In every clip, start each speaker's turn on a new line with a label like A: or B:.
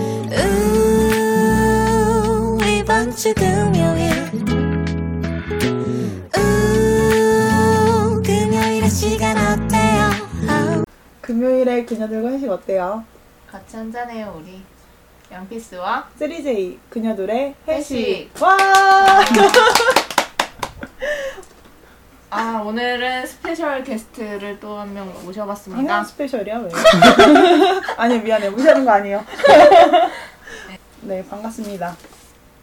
A: 음, 주 금요일 우 음, 금요일의 시간 어때요 아우.
B: 금요일에 그녀들과 한식 어때요?
C: 같이 한잔해요 우리 양피스와
B: 3J 그녀들의 회식.
C: 회식.
B: 와!
C: 아 오늘은 스페셜 게스트를 또 한 명 모셔봤습니다
B: 방향 스페셜이야 왜? 아니 미안해 무시하는 거 아니에요. 네 반갑습니다.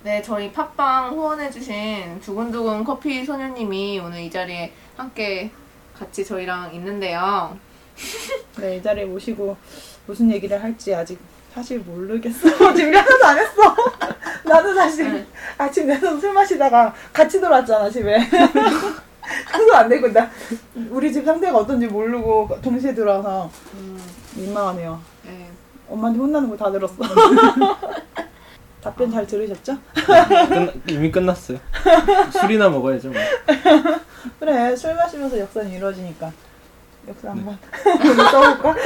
C: 네 저희 팟빵 후원해주신 두근두근 커피 소녀님이 오늘 이 자리에 함께 같이 저희랑 있는데요
B: 네 이 자리에 모시고 무슨 얘기를 할지 아직 사실 모르겠어. 준비 하나도 안 했어. 나는
C: 네.
B: 사실 아침 내서 술 마시다가 같이 돌아왔잖아 집에. 그거 안 되고 나 우리 집 상태가 어떤지 모르고 동시에 들어와서
C: 음,
B: 민망하네요.
C: 네.
B: 엄마한테 혼나는 거 다 들었어. 답변 잘 들으셨죠?
D: 끝나- 이미 끝났어요. 술이나 먹어야죠. 뭐.
B: 그래 술 마시면서 역사는 이루어지니까 역사
D: 네.
B: 한번 우리 써볼까?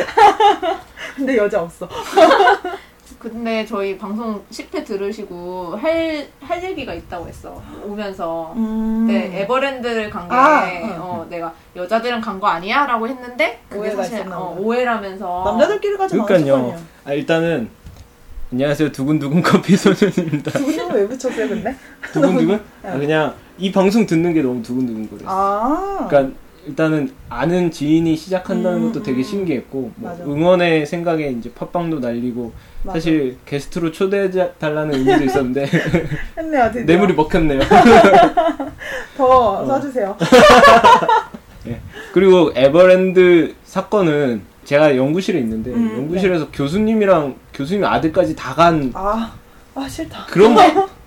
B: 근데 여자 없어.
C: 근데 저희 방송 10회 들으시고 할, 할 얘기가 있다고 했어 오면서
B: 음.
C: 네, 에버랜드를 간 게,
B: 아,
C: 어, 내가 여자들이랑 간 거 아니야? 라고 했는데, 그게
B: 오해가
C: 사실
B: 있었나
C: 어,
B: 보다.
C: 오해라면서.
B: 남자들끼리 가지
D: 그러니까요.
B: 않았거든요.
D: 아, 일단은 안녕하세요. 두근두근 커피 소년입니다.
B: 두분은 왜 붙였어요 근데?
D: 두근두근? 아, 그냥 이 방송 듣는 게 너무 두근두근 거려요.
B: 네. 아.
D: 그러니까 일단은 아는 지인이 시작한다는
B: 음,
D: 것도 되게 신기했고 뭐
B: 맞아.
D: 응원의 생각에 이제 팟빵도 날리고
B: 맞아.
D: 사실 게스트로 초대해 달라는 의미도 있었는데
B: 했네요 아, 드디어.
D: 뇌물이 먹혔네요.
B: 더
D: 어.
B: 써주세요.
D: 그리고 에버랜드 사건은 제가 연구실에 있는데
B: 음,
D: 연구실에서 교수님이랑 교수님 아들까지 다 간
B: 아, 아 싫다.
D: 그런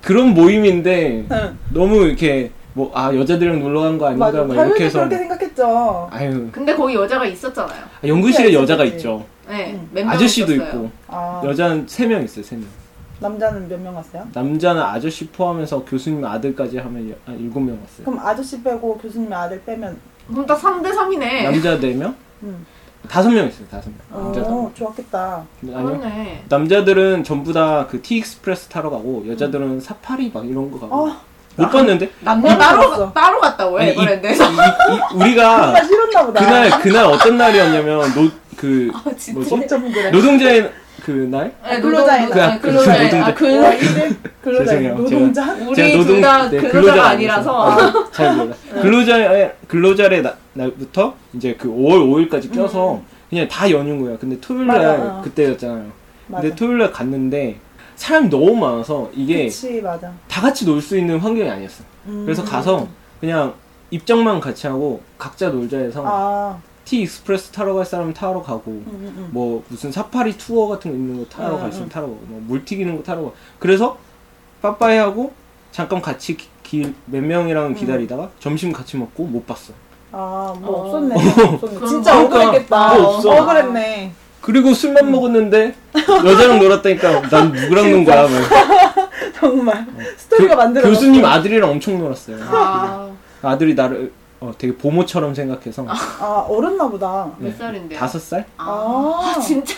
D: 그런 모임인데
B: 응.
D: 너무 이렇게 뭐 아 여자들이랑 놀러 간 거 아닌가
B: 맞아.
D: 막 이렇게
B: 당연히
D: 해서
B: 그렇게 생각했죠.
D: 아유
C: 근데 거기 여자가 있었잖아요.
D: 연구실에
B: 그래야지,
D: 여자가
B: 그치.
D: 있죠
C: 네,
B: 음.
C: 몇 명이
D: 아저씨도
C: 있었어요.
D: 있고
B: 아,
D: 여자는 세 명 있어요 세명
B: 남자는 몇 명 왔어요?
D: 남자는 아저씨 포함해서 교수님 아들까지 하면 여- 한 일곱 명 왔어요
B: 그럼 아저씨 빼고 교수님의 아들 빼면
C: 그럼 딱 3대3이네.
D: 남자 네 명
B: 음.
D: 다섯 명 있어요 다섯 명 남자 다섯
B: 오, 좋았겠다.
D: 명 아니요
C: 그렇네.
D: 남자들은 전부 다 그 T 익스프레스 타러 가고 여자들은 사파리 막 이런 거 가고
B: 아,
D: 못 봤는데
C: 남자
B: 알았어.
C: 따로, 따로 갔다고,
D: 아니, 이-
C: 에버랜드에서.
D: 이- 이- 우리가
B: 정말 싫었나 보다.
D: 그날 그날 어떤 날이었냐면 노그
C: 아, 진짜.
D: 뭐지?
B: 어쩜 그래.
D: 노동자의 그날?
C: 네,
B: 근로자의
C: 노동-
D: 날.
C: 네, 근로자의
D: 그
C: 아,
B: 와,
C: 근로,
B: 이제 근로자
D: 죄송해요.
B: 노동자?
C: 우리
D: 노동-
C: 둘 다
D: 네,
C: 근로자가
D: 근로자가
C: 아니라서.
D: 아, 잘 몰라. 근로자의 근로자의 나- 날부터 이제 그 5월 5일까지 껴서 그냥 다 여는 거야. 근데 토요일
B: 맞아, 어.
D: 날 그때였잖아요.
B: 맞아.
D: 근데 토요일 날 갔는데 사람이 너무 많아서 이게
B: 그치 맞아.
D: 다 같이 놀 수 있는 환경이 아니었어.
B: 음.
D: 그래서 가서 그냥 입장만 같이 하고 각자 놀자 해서
B: 아,
D: 티 익스프레스 타러 갈 사람은 타러 가고
B: 음, 음, 음.
D: 뭐 무슨 사파리 투어 같은 거 있는 거 타러
B: 응,
D: 갈 수있
B: 응.
D: 타러 가고 뭐물 튀기는 거 타러 가고 그래서 빠빠이하고 잠깐 같이 기- 기- 몇 명이랑 기다리다가 점심 같이 먹고 못 봤어
B: 아, 뭐
C: 어.
B: 없었네. 없었네.
C: 그럼
B: 진짜
D: 그러니까
B: 억울했겠다.
D: 뭐 없어.
B: 억울했네.
D: 그리고 술만 먹었는데 여자랑 놀았다니까 난 누구랑 논 거야 뭐.
B: 정말 스토리가
D: 교-
B: 만들어.
D: 그 교수님 아들이랑 엄청 놀았어요
C: 아,
D: 아들이 나를 어, 되게 보모처럼 생각해서
B: 아, 어렸나 보다.
C: 몇 살인데요?
D: 네. 다섯 살
C: 아,
B: 아.
C: 진짜.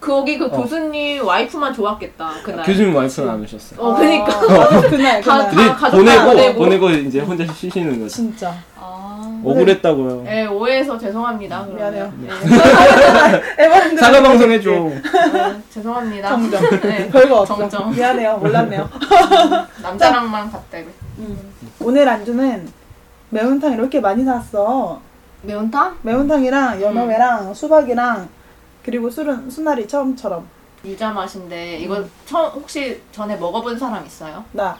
C: 거기 그
D: 어.
C: 교수님 와이프만 좋았겠다, 네. 그날.
D: 교수님 와이프는 안 오셨어요
C: 어,
B: 아,
C: 그니까.
B: 그날
C: 다-
B: 그날.
D: 근데
C: 가족 다
D: 보내고
C: 보내고.
D: 보내고 이제 혼자 쉬시는 거죠
B: 진짜.
C: 아.
D: 억울했다고요
C: 네, 오해해서 죄송합니다. 그러면.
B: 미안해요.
C: 네.
B: 에버랜드
D: 사과 방송 해줘
C: 아, 죄송합니다.
B: 정정.
C: 네.
B: 별거 없어.
C: 정정.
B: 미안해요. 몰랐네요.
C: 남자랑만 갔다 이거.
B: 오늘 안주는 매운탕 이렇게 많이 샀어.
C: 매운탕?
B: 매운탕이랑 연어회랑 수박이랑 그리고 술은 수나리 처음처럼
C: 유자 맛인데 이거 처음 혹시 전에 먹어본 사람 있어요?
B: 나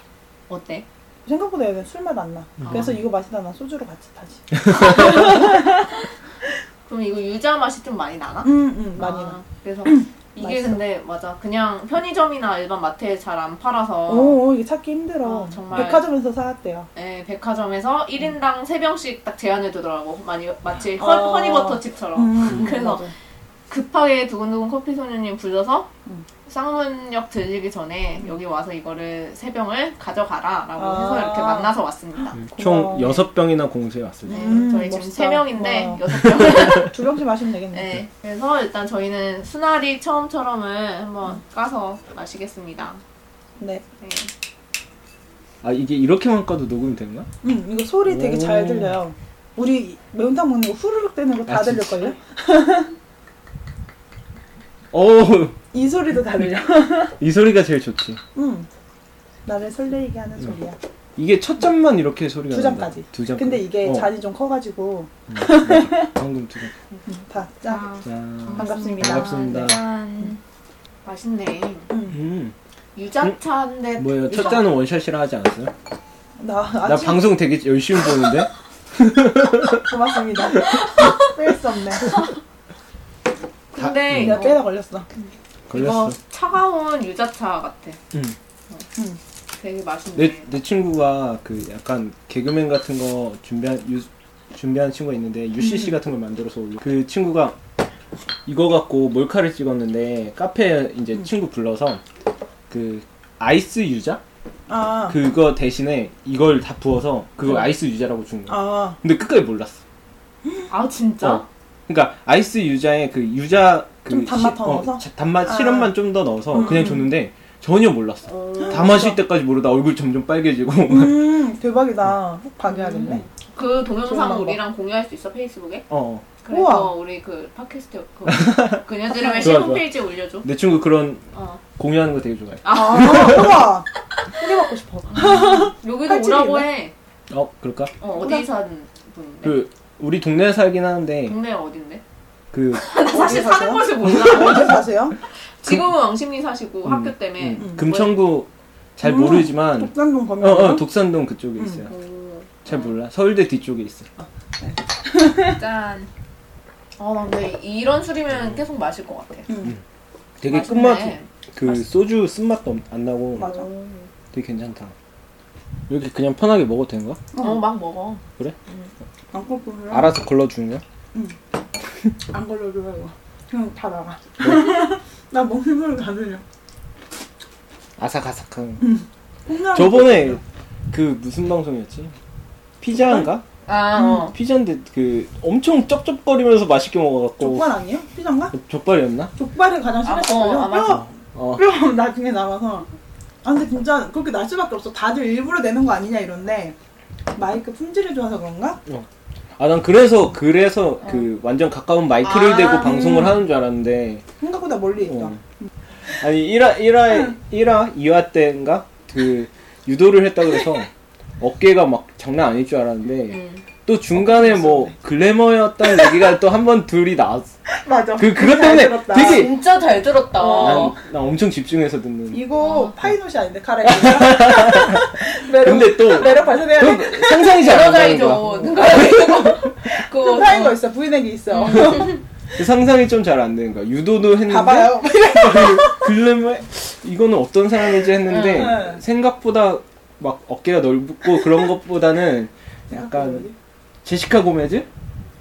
C: 어때?
B: 생각보다 얘는 술맛 안 나.
C: 음.
B: 그래서 이거 마시다 나 소주로 같이 다시.
C: 그럼 이거 유자 맛이 좀 많이 나나?
B: 음, 음, 많이
C: 아,
B: 나.
C: 그래서 이게
B: 맛있어.
C: 근데 맞아 그냥 편의점이나 일반 마트에 잘 안 팔아서
B: 오, 오, 이게 찾기 힘들어.
C: 어, 정말.
B: 백화점에서 사왔대요.
C: 예, 백화점에서 1인당 3병씩 딱 제한해 두더라고 많이 마치 허,
B: 음. 어.
C: 허니버터칩처럼
B: 음,
C: 아, 그래서
B: 맞아.
C: 급하게 두근두근 커피 소녀님 불러서
B: 음.
C: 쌍문역 들리기 전에 여기 와서 이거를 세 병을 가져가라라고
B: 아.
C: 해서 이렇게 만나서 왔습니다.
D: 음, 총
B: 고마워.
D: 여섯 병이나 공수해 왔습니다
C: 네,
B: 음,
C: 저희 지금
B: 멋있다.
C: 세 명인데
B: 고마워요.
C: 여섯 병.
B: 두 병씩 마시면 되겠네.
C: 네, 그래서 일단 저희는 수나리
B: 음.
C: 처음처럼을 한번 까서 마시겠습니다.
B: 네.
C: 네.
D: 아 이게 이렇게만 까도 녹음이 되나?
B: 응, 이거 소리 되게
D: 오.
B: 잘 들려요. 우리 매운탕 먹는 거 후루룩 되는 거 다
D: 아, 진짜?
B: 들릴걸요?
D: 어우
B: 이 소리도 다 들려.
D: 이 소리가 제일 좋지.
B: 응. 나를 설레이게 하는 소리야.
D: 이게 첫 점만 이렇게 소리가
B: 두
D: 난다.
B: 잔까지.
D: 두 잔. 어.
B: 근데 이게 잔이 좀 커가지고
D: 방금 두 잔.
B: 다 짠.
C: 아,
D: 짠.
B: 반갑습니다.
D: 반갑습니다.
C: 네.
E: 짠.
C: 맛있네.
D: 음
C: 유자차인데.
D: 뭐예요? 첫
C: 유자-
D: 잔은 원샷이라 하지 않았어요?
B: 나
D: 나
B: 네. 아침
D: 방송 되게 열심히 보는데.
B: 고맙습니다. 뺄 수 없네.
C: 근데
B: 내가
C: 이거,
B: 빼다 걸렸어.
D: 음. 걸렸어. 음.
C: 이거 차가운 유자차 같아.
D: 응.
B: 응.
C: 되게 맛있네.
D: 내, 내 친구가 그 약간 개그맨 같은 거 준비한 유, 준비한 친구가 있는데
B: 음.
D: UCC 같은 걸 만들어서 올려. 그 친구가 이거 갖고 몰카를 찍었는데 카페에 이제
B: 음.
D: 친구 불러서 그 아이스 유자
B: 아,
D: 그거 대신에 이걸 다 부어서 그걸
B: 응.
D: 아이스 유자라고 준 거야.
B: 아,
D: 근데 끝까지 몰랐어.
C: 아 진짜?
D: 어. 그러니까 아이스 유자에 그 유자 그
B: 좀 단맛
D: 시-
B: 더
D: 어,
B: 넣어서?
D: 자- 단맛
B: 아.
D: 시럽만 좀 더 넣어서
B: 음,
D: 그냥
B: 음. 아,
D: 줬는데 전혀 몰랐어.
C: 어.
D: 다 마실 때까지 모르다 얼굴 점점 빨개지고
B: 음, 대박이다. 가게하겠네.
C: 그
B: 좋아하는
C: 동영상
B: 거.
C: 우리랑 공유할 수 있어 페이스북에?
D: 어.
C: 그래서
B: 우와.
C: 우리 그 팟캐스트 그 그녀들의 왜 실험
D: 좋아.
C: 페이지에 올려줘.
D: 내 친구 그런
C: 어.
D: 공유하는 거 되게 좋아해.
B: 아, 우와. 소개받고 싶어.
C: 여기도
B: 팔찌도
C: 오라고
B: 있나?
C: 해.
D: 어, 그럴까?
C: 어, 어디 아, 사는 분인데?
D: 그 우리 동네에 살긴 하는데
C: 동네 어딘데?
D: 그
C: 아, 나 사실
B: 어디
C: 사는
B: 사세요?
C: 곳을 몰라.
B: 어디 사세요?
C: 지금은 왕십리 사시고
D: 음,
C: 학교 때문에.
D: 음, 금천구 잘
B: 음.
D: 모르지만
B: 독산동 범
D: 어,
B: 면
D: 어, 독산동 그쪽에
B: 음.
D: 있어요.
C: 오.
D: 잘 몰라. 서울대 뒤쪽에 있어.
E: 짠.
C: 아, 나 근데 이런 술이면 계속 마실 것 같아.
D: 음. 되게
C: 맛있네.
D: 끝맛 그 소주 쓴맛도 없- 안 나고
B: 맞아.
C: 어.
D: 되게 괜찮다. 이렇게 그냥 편하게 먹어도 되는 거야?
C: 어, 막 먹어.
B: 안 걸려.
D: 알아서 걸러주는 거야?
B: 안 걸려도 말고. 그냥 다 나가.
D: 네.
B: 나뭐 먹는 걸다 들려. 음.
D: 아삭아삭한.
B: 콩나물
D: 저번에 그 무슨 방송이었지? 피자인가?
C: 아, 어.
D: 피자인데 그 엄청 쩝쩝거리면서 맛있게 먹어갖고
B: 족발 아니에요? 피자인가?
D: 족발이었나?
B: 족발이 가장
C: 아,
B: 심했어요.
C: 어, 아마
D: 어.
B: 뼈, 뼈 나중에 남아서. 아 근데 진짜 그렇게 날 수밖에 없어. 다들 일부러 내는 거 아니냐 이런데 마이크 품질이 좋아서 그런가?
D: 아 난 그래서 그래서 그 완전 가까운 마이크를
C: 아,
D: 대고 방송을 하는 줄 알았는데
B: 생각보다 멀리 있다.
D: 어. 아니 1화 1화 1화 2화 때인가 그 유도를 했다 그래서 어깨가 막 장난 아닐 줄 알았는데
C: 음.
D: 또 중간에 뭐 글래머였다는 얘기가 또 한 번 둘이 나왔어
B: 맞아.
D: 그 그것 때문에
B: 들었다.
D: 되게
C: 진짜 잘 들었다.
D: 난, 난 엄청 집중해서 듣는
B: 이거
C: 어.
B: 파이노시 아닌데 카라이가
D: 근데 또
B: 매력 발산해야 돼.
D: 또 상상이 잘 안 가는 거야
C: 여자이죠. 그거.
B: 좀 사인 거 있어. 음. 부인에게 있어.
D: 그 상상이 좀 잘 안 되는 거야 유도도 했는데
B: 봐봐요.
D: 글래머 이거는 어떤 사람인지 했는데
B: 응.
D: 생각보다 막 어깨가 넓고 그런 것보다는 약간 제시카 고메즈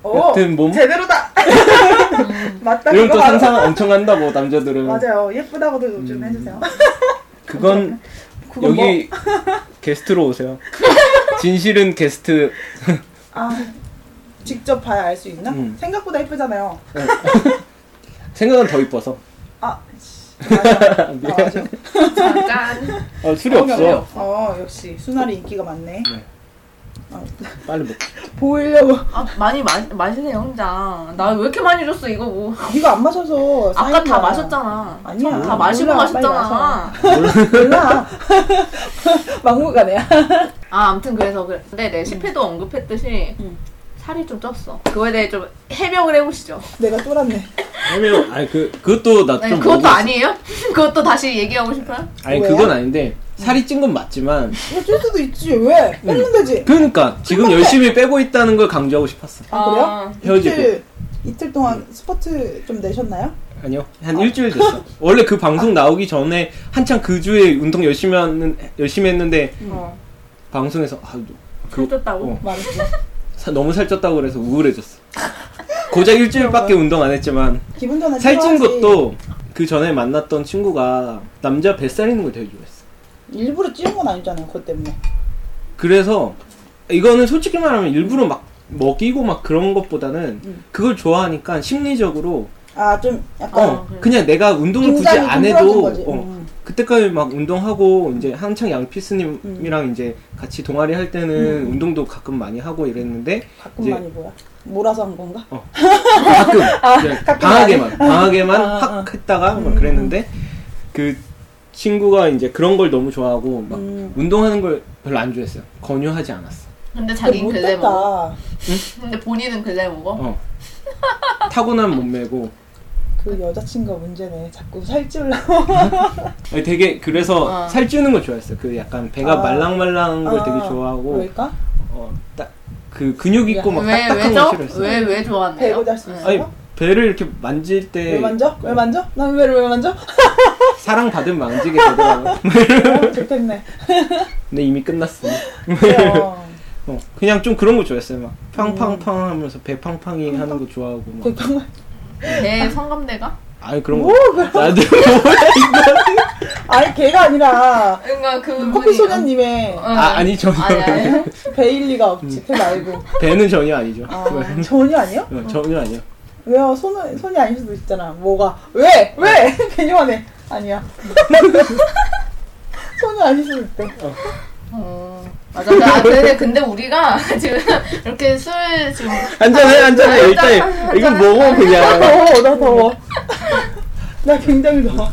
B: 오,
D: 같은 몸?
B: 어,
D: 음.
B: 제대로다. 맞다.
D: 이런 또
B: 그거 바로-
D: 상상 음. 엄청 한다고 뭐, 남자들은
B: 맞아요. 예쁘다고도 좀 해주세요.
D: 그건
B: 그건
D: 여기
B: 뭐?
D: 게스트로 오세요 진실은 게스트
B: 아 직접 봐야 알 수 있나?
D: 음.
B: 생각보다 예쁘잖아요.
D: 어. 생각은 더 이뻐서
B: 아, 씨, 맞아. 아, 맞아.
C: 짠.
D: 아, 술이 없어
B: 어 역시 순알이 인기가 많네.
D: 네. 빨리 먹
B: 보이려고
C: 아, 많이 마, 마시세요, 혼자. 나 왜 이렇게 많이 줬어, 이거 뭐.
B: 네가 안 마셔서
C: 아까 다
B: 사인이야.
C: 마셨잖아.
B: 아니야.
D: 음,
C: 다 마시고
B: 몰라,
C: 마셨잖아.
B: 몰라. 막무가내야.
C: 아, 아무튼 그래서 그래. 근데 내 실패도 언급했듯이
B: 음.
C: 살이 좀 쪘어. 그거에 대해 좀 해명을 해보시죠.
B: 내가 쫄았네.
D: 아니면 아니 그 그것도
C: 아니,
D: 나좀
C: 그것도 아니에요? 그것도 다시 얘기하고 싶어요?
D: 아니
B: 뭐야?
D: 그건 아닌데 살이 찐 건 맞지만
B: 쫄 수도 있지 왜? 빼면 되지.
D: 그러니까 지금 열심히 빼고 있다는 걸 강조하고 싶었어
B: 아 그래요?
C: 아,
D: 헤어지고.
B: 이틀, 이틀 동안 스포츠 좀 내셨나요?
D: 아니요 한 일주일 됐어 원래 그 방송 나오기 전에 한창 그 주에 운동 열심히 하는 열심히 했는데
C: 어.
D: 방송에서 아, 그-
C: 쪘다고?
D: 어,
B: 말했어.
D: 사- 너무 살쪘다고 그래서 우울해졌어 고작 일주일밖에 운동 안 했지만
B: 기분 전환
D: 살찐
B: 필요하지.
D: 것도 그 전에 만났던 친구가 남자 뱃살 있는 걸 되게 좋아했어
B: 일부러 찌운 건 아니잖아요. 그것 때문에.
D: 그래서 이거는 솔직히 말하면 일부러 막 먹이고 막 그런 것보다는
B: 음.
D: 그걸 좋아하니까 심리적으로
B: 아 좀
D: 어,
B: 약간
C: 그래.
D: 그냥 내가 운동을 굳이
B: 긴장이
D: 안
B: 좀
D: 해도
B: 풀어진 거지.
D: 어,
B: 음.
D: 그때까지 막 운동하고 이제 한창 양피스님이랑
B: 음.
D: 이제 같이 동아리 할 때는 운동도 가끔 많이 하고 이랬는데
B: 가끔
D: 이제-
B: 많이 뭐야 몰아서 한 건가?
D: 가끔 이제
B: 아, 가끔
D: 방학에만 방학에만
B: 아,
D: 확
B: 아.
D: 했다가 막 그랬는데 그 친구가 이제 그런 걸 너무 좋아하고 막
B: 음.
D: 운동하는 걸 별로 안 좋아했어요. 권유하지 않았어.
B: 근데
C: 근데 자기는 글래 먹어.
B: 못했다.
C: 근데 본인은 글래 먹어.
D: 어. 타고난 몸매고
B: 그 여자친구가 문제네. 자꾸 살찌려고.
D: 아니, 되게 그래서
C: 어.
D: 살찌는 걸 좋아했어요. 그 약간 배가
B: 아.
D: 말랑말랑한 걸
B: 아,
D: 되게 좋아하고
B: 그러니까
D: 어, 딱그 근육 있고 막
C: 왜
D: 뭐 딱딱한 거
C: 왜죠?
D: 싫어했어요.
C: 왜 왜 좋아하나요? 네.
B: 배고자 할수 있어.
D: 아니 배를 이렇게 만질 때
B: 왜 만져? 왜 만져? 난 왜를 왜 만져?
D: 사랑 받으면 만지게 되더라고.
B: 어, 좋겠네.
D: 근데 이미 끝났어.
B: 그래요.
D: 어, 그냥 좀 그런 거 좋아했어요. 막 팡팡팡 하면서 배 팡팡이 하는 거 좋아하고 막.
B: 정말
C: 내 성감대가?
D: 아니 그런 거.
B: 뭐 그런-
D: 나도
B: 아니 걔가 아니라
C: 그러니까 그
B: 커피 소녀님의
C: 어.
D: 아 아니 전혀
C: 아니, 아니.
B: 베일리가 없지 걔 말고
D: 배는 전혀 아니죠.
B: 아,
D: 음. 왜?
B: 전혀 아니요?
D: 어, 전혀 아니요.
B: 왜요? 손은 손이 아닐 수도 있잖아. 뭐가 왜 왜? 괜히 화내. 아니야. 손이 아닐 수도 있대.
C: 어, 맞아. 나, 근데, 근데 우리가 지금 이렇게 술 지금
D: 안전해 안전해
C: 아,
D: 일단
C: 일단-
D: 이건 먹어 그냥.
B: 더워 나 더워. 나 굉장히 더워.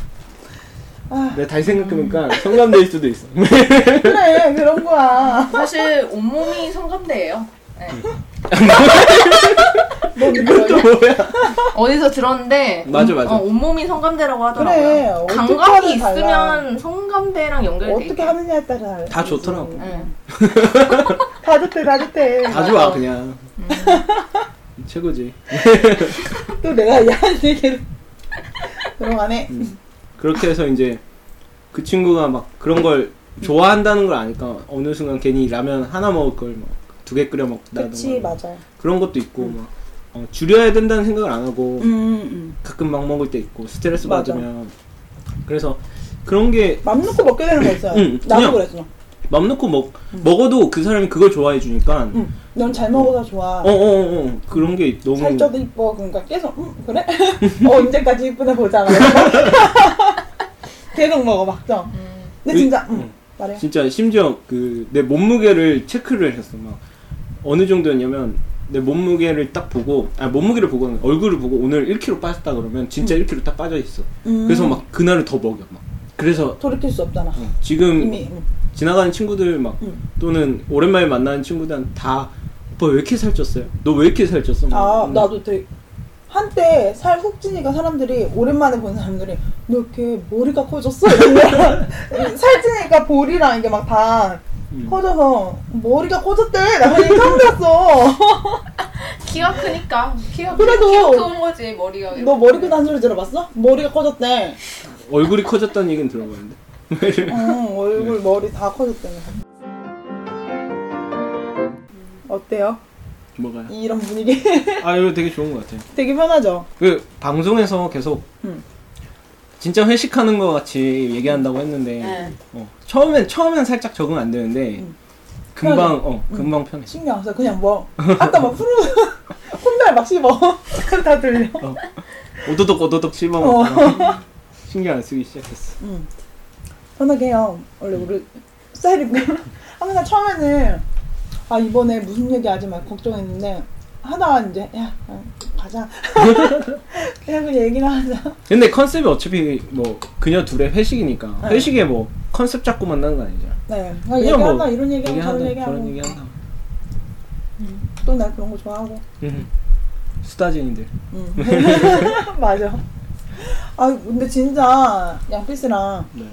D: 내가 다시 생각해보니까 성감될 수도 있어.
B: 그래 그런 거야.
C: 사실 온몸이 성감대예요. 네.
B: 너
D: 또 뭐야?
C: 어디서 들었는데
D: 맞아, 맞아.
C: 어, 온몸이 성감대라고
B: 그래,
C: 하더라고요.
B: 어떻게
C: 감각이
B: 하면 달라.
C: 있으면 성감대랑 연결돼
B: 어떻게
C: 있대요.
B: 하느냐에 따라
D: 다 좋더라고.
C: 응.
B: 다 좋대 다 좋대.
D: 다 좋아 그냥. 최고지.
B: 또 내가 야한 얘기를 들어가네.
D: 음, 그렇게 해서 이제 그 친구가 막 그런 걸 좋아한다는 걸 아니까 어느 순간 괜히 라면 하나 먹을 걸 막 두 개 끓여
B: 그치
D: 먹다던가
B: 맞아.
D: 그런 것도 있고 막 어, 줄여야 된다는 생각을 안 하고
B: 음, 음.
D: 가끔 막 먹을 때 있고 스트레스
B: 맞아.
D: 받으면 그래서 그런 게
B: 맘 놓고 먹게 되는 거 있어요.
D: 응,
B: 나도
D: 음, 그냥.
B: 그랬어.
D: 맘 놓고 먹
B: 음.
D: 먹어도 그 사람이 그걸 좋아해 주니까
B: 응. 음. 넌 잘 먹어서 좋아.
D: 어어어 그런 게 너무
B: 살쪄도 이뻐. 그러니까 계속 음, 그래? 어 언제까지 이쁘나 보자. 계속 먹어 막정. 근데 진짜 음,
D: 응.
B: 말해.
D: 진짜 심지어 그 내 몸무게를 체크를 했어 막 어느 정도였냐면 내 몸무게를 딱 보고 아 몸무게를 보고 아니라 얼굴을 보고 오늘 1kg 빠졌다 그러면 진짜 1kg 딱 빠져 있어
B: 음.
D: 그래서 막 그날은 더 먹여 막 그래서 어,
B: 돌이킬 수 없잖아.
D: 지금
B: 이미 음.
D: 지나가는 친구들 막
B: 음.
D: 또는 오랜만에 만나는 친구들은 다 오빠 왜 이렇게 살쪘어요? 너 왜 이렇게 살쪘어? 막
B: 아
D: 음.
B: 나도 되게 한때 살 훅 찌니까 사람들이 오랜만에 본 사람들이 너 이렇게 머리가 커졌어? 이러면 살 찌니까 볼이랑 이게 막 다
D: 음.
B: 커져서 머리가 커졌대 나 그냥 처음 들었어
C: 키가 크니까 키가
B: 그래도- 뭐
C: 키가 큰 거지 머리가.
B: 너 머리 크다는 소리 들어봤어? 머리가 커졌대
D: 얼굴이 커졌다는 얘기는 들어봤는데
B: 응 얼굴 머리 다 커졌대 어때요?
D: 뭐가요?
B: 이런 분위기
D: 아 이거 되게 좋은 것 같아요
B: 되게 편하죠?
D: 그 방송에서 계속
B: 음.
D: 진짜 회식하는 것 같이 얘기한다고 했는데
C: 네.
D: 어, 처음엔 처음엔 살짝 적응 안 되는데
B: 음.
D: 금방 어 금방 편해.
B: 신경 안 써. 그냥 뭐 아까 막 푸르 콧날 막 씹어 다 들려
D: 어. 오도독 오도독 씹어
B: 어.
D: 먹다가 신경 안 쓰기 시작했어.
B: 음. 편하게 해요. 원래 우리 스타일이 항상 처음에는 아 이번에 무슨 얘기 하지 말 걱정했는데 하다가 이제 야 어, 가자 그냥 그 얘기나 하자.
D: 근데 컨셉이 어차피 뭐 그녀 둘의 회식이니까
B: 네.
D: 회식에 뭐 컨셉 잡고 만나는 거 아니잖아.
B: 네, 그냥 얘기하다 이런 얘기하고 저런
D: 얘기한다,
B: 얘기하고
D: 저런 얘기한다.
B: 또 나 그런 거 좋아하고.
D: 음. 수다쟁이들.
B: 음. 맞아. 아 근데 진짜 양피스랑
D: 네.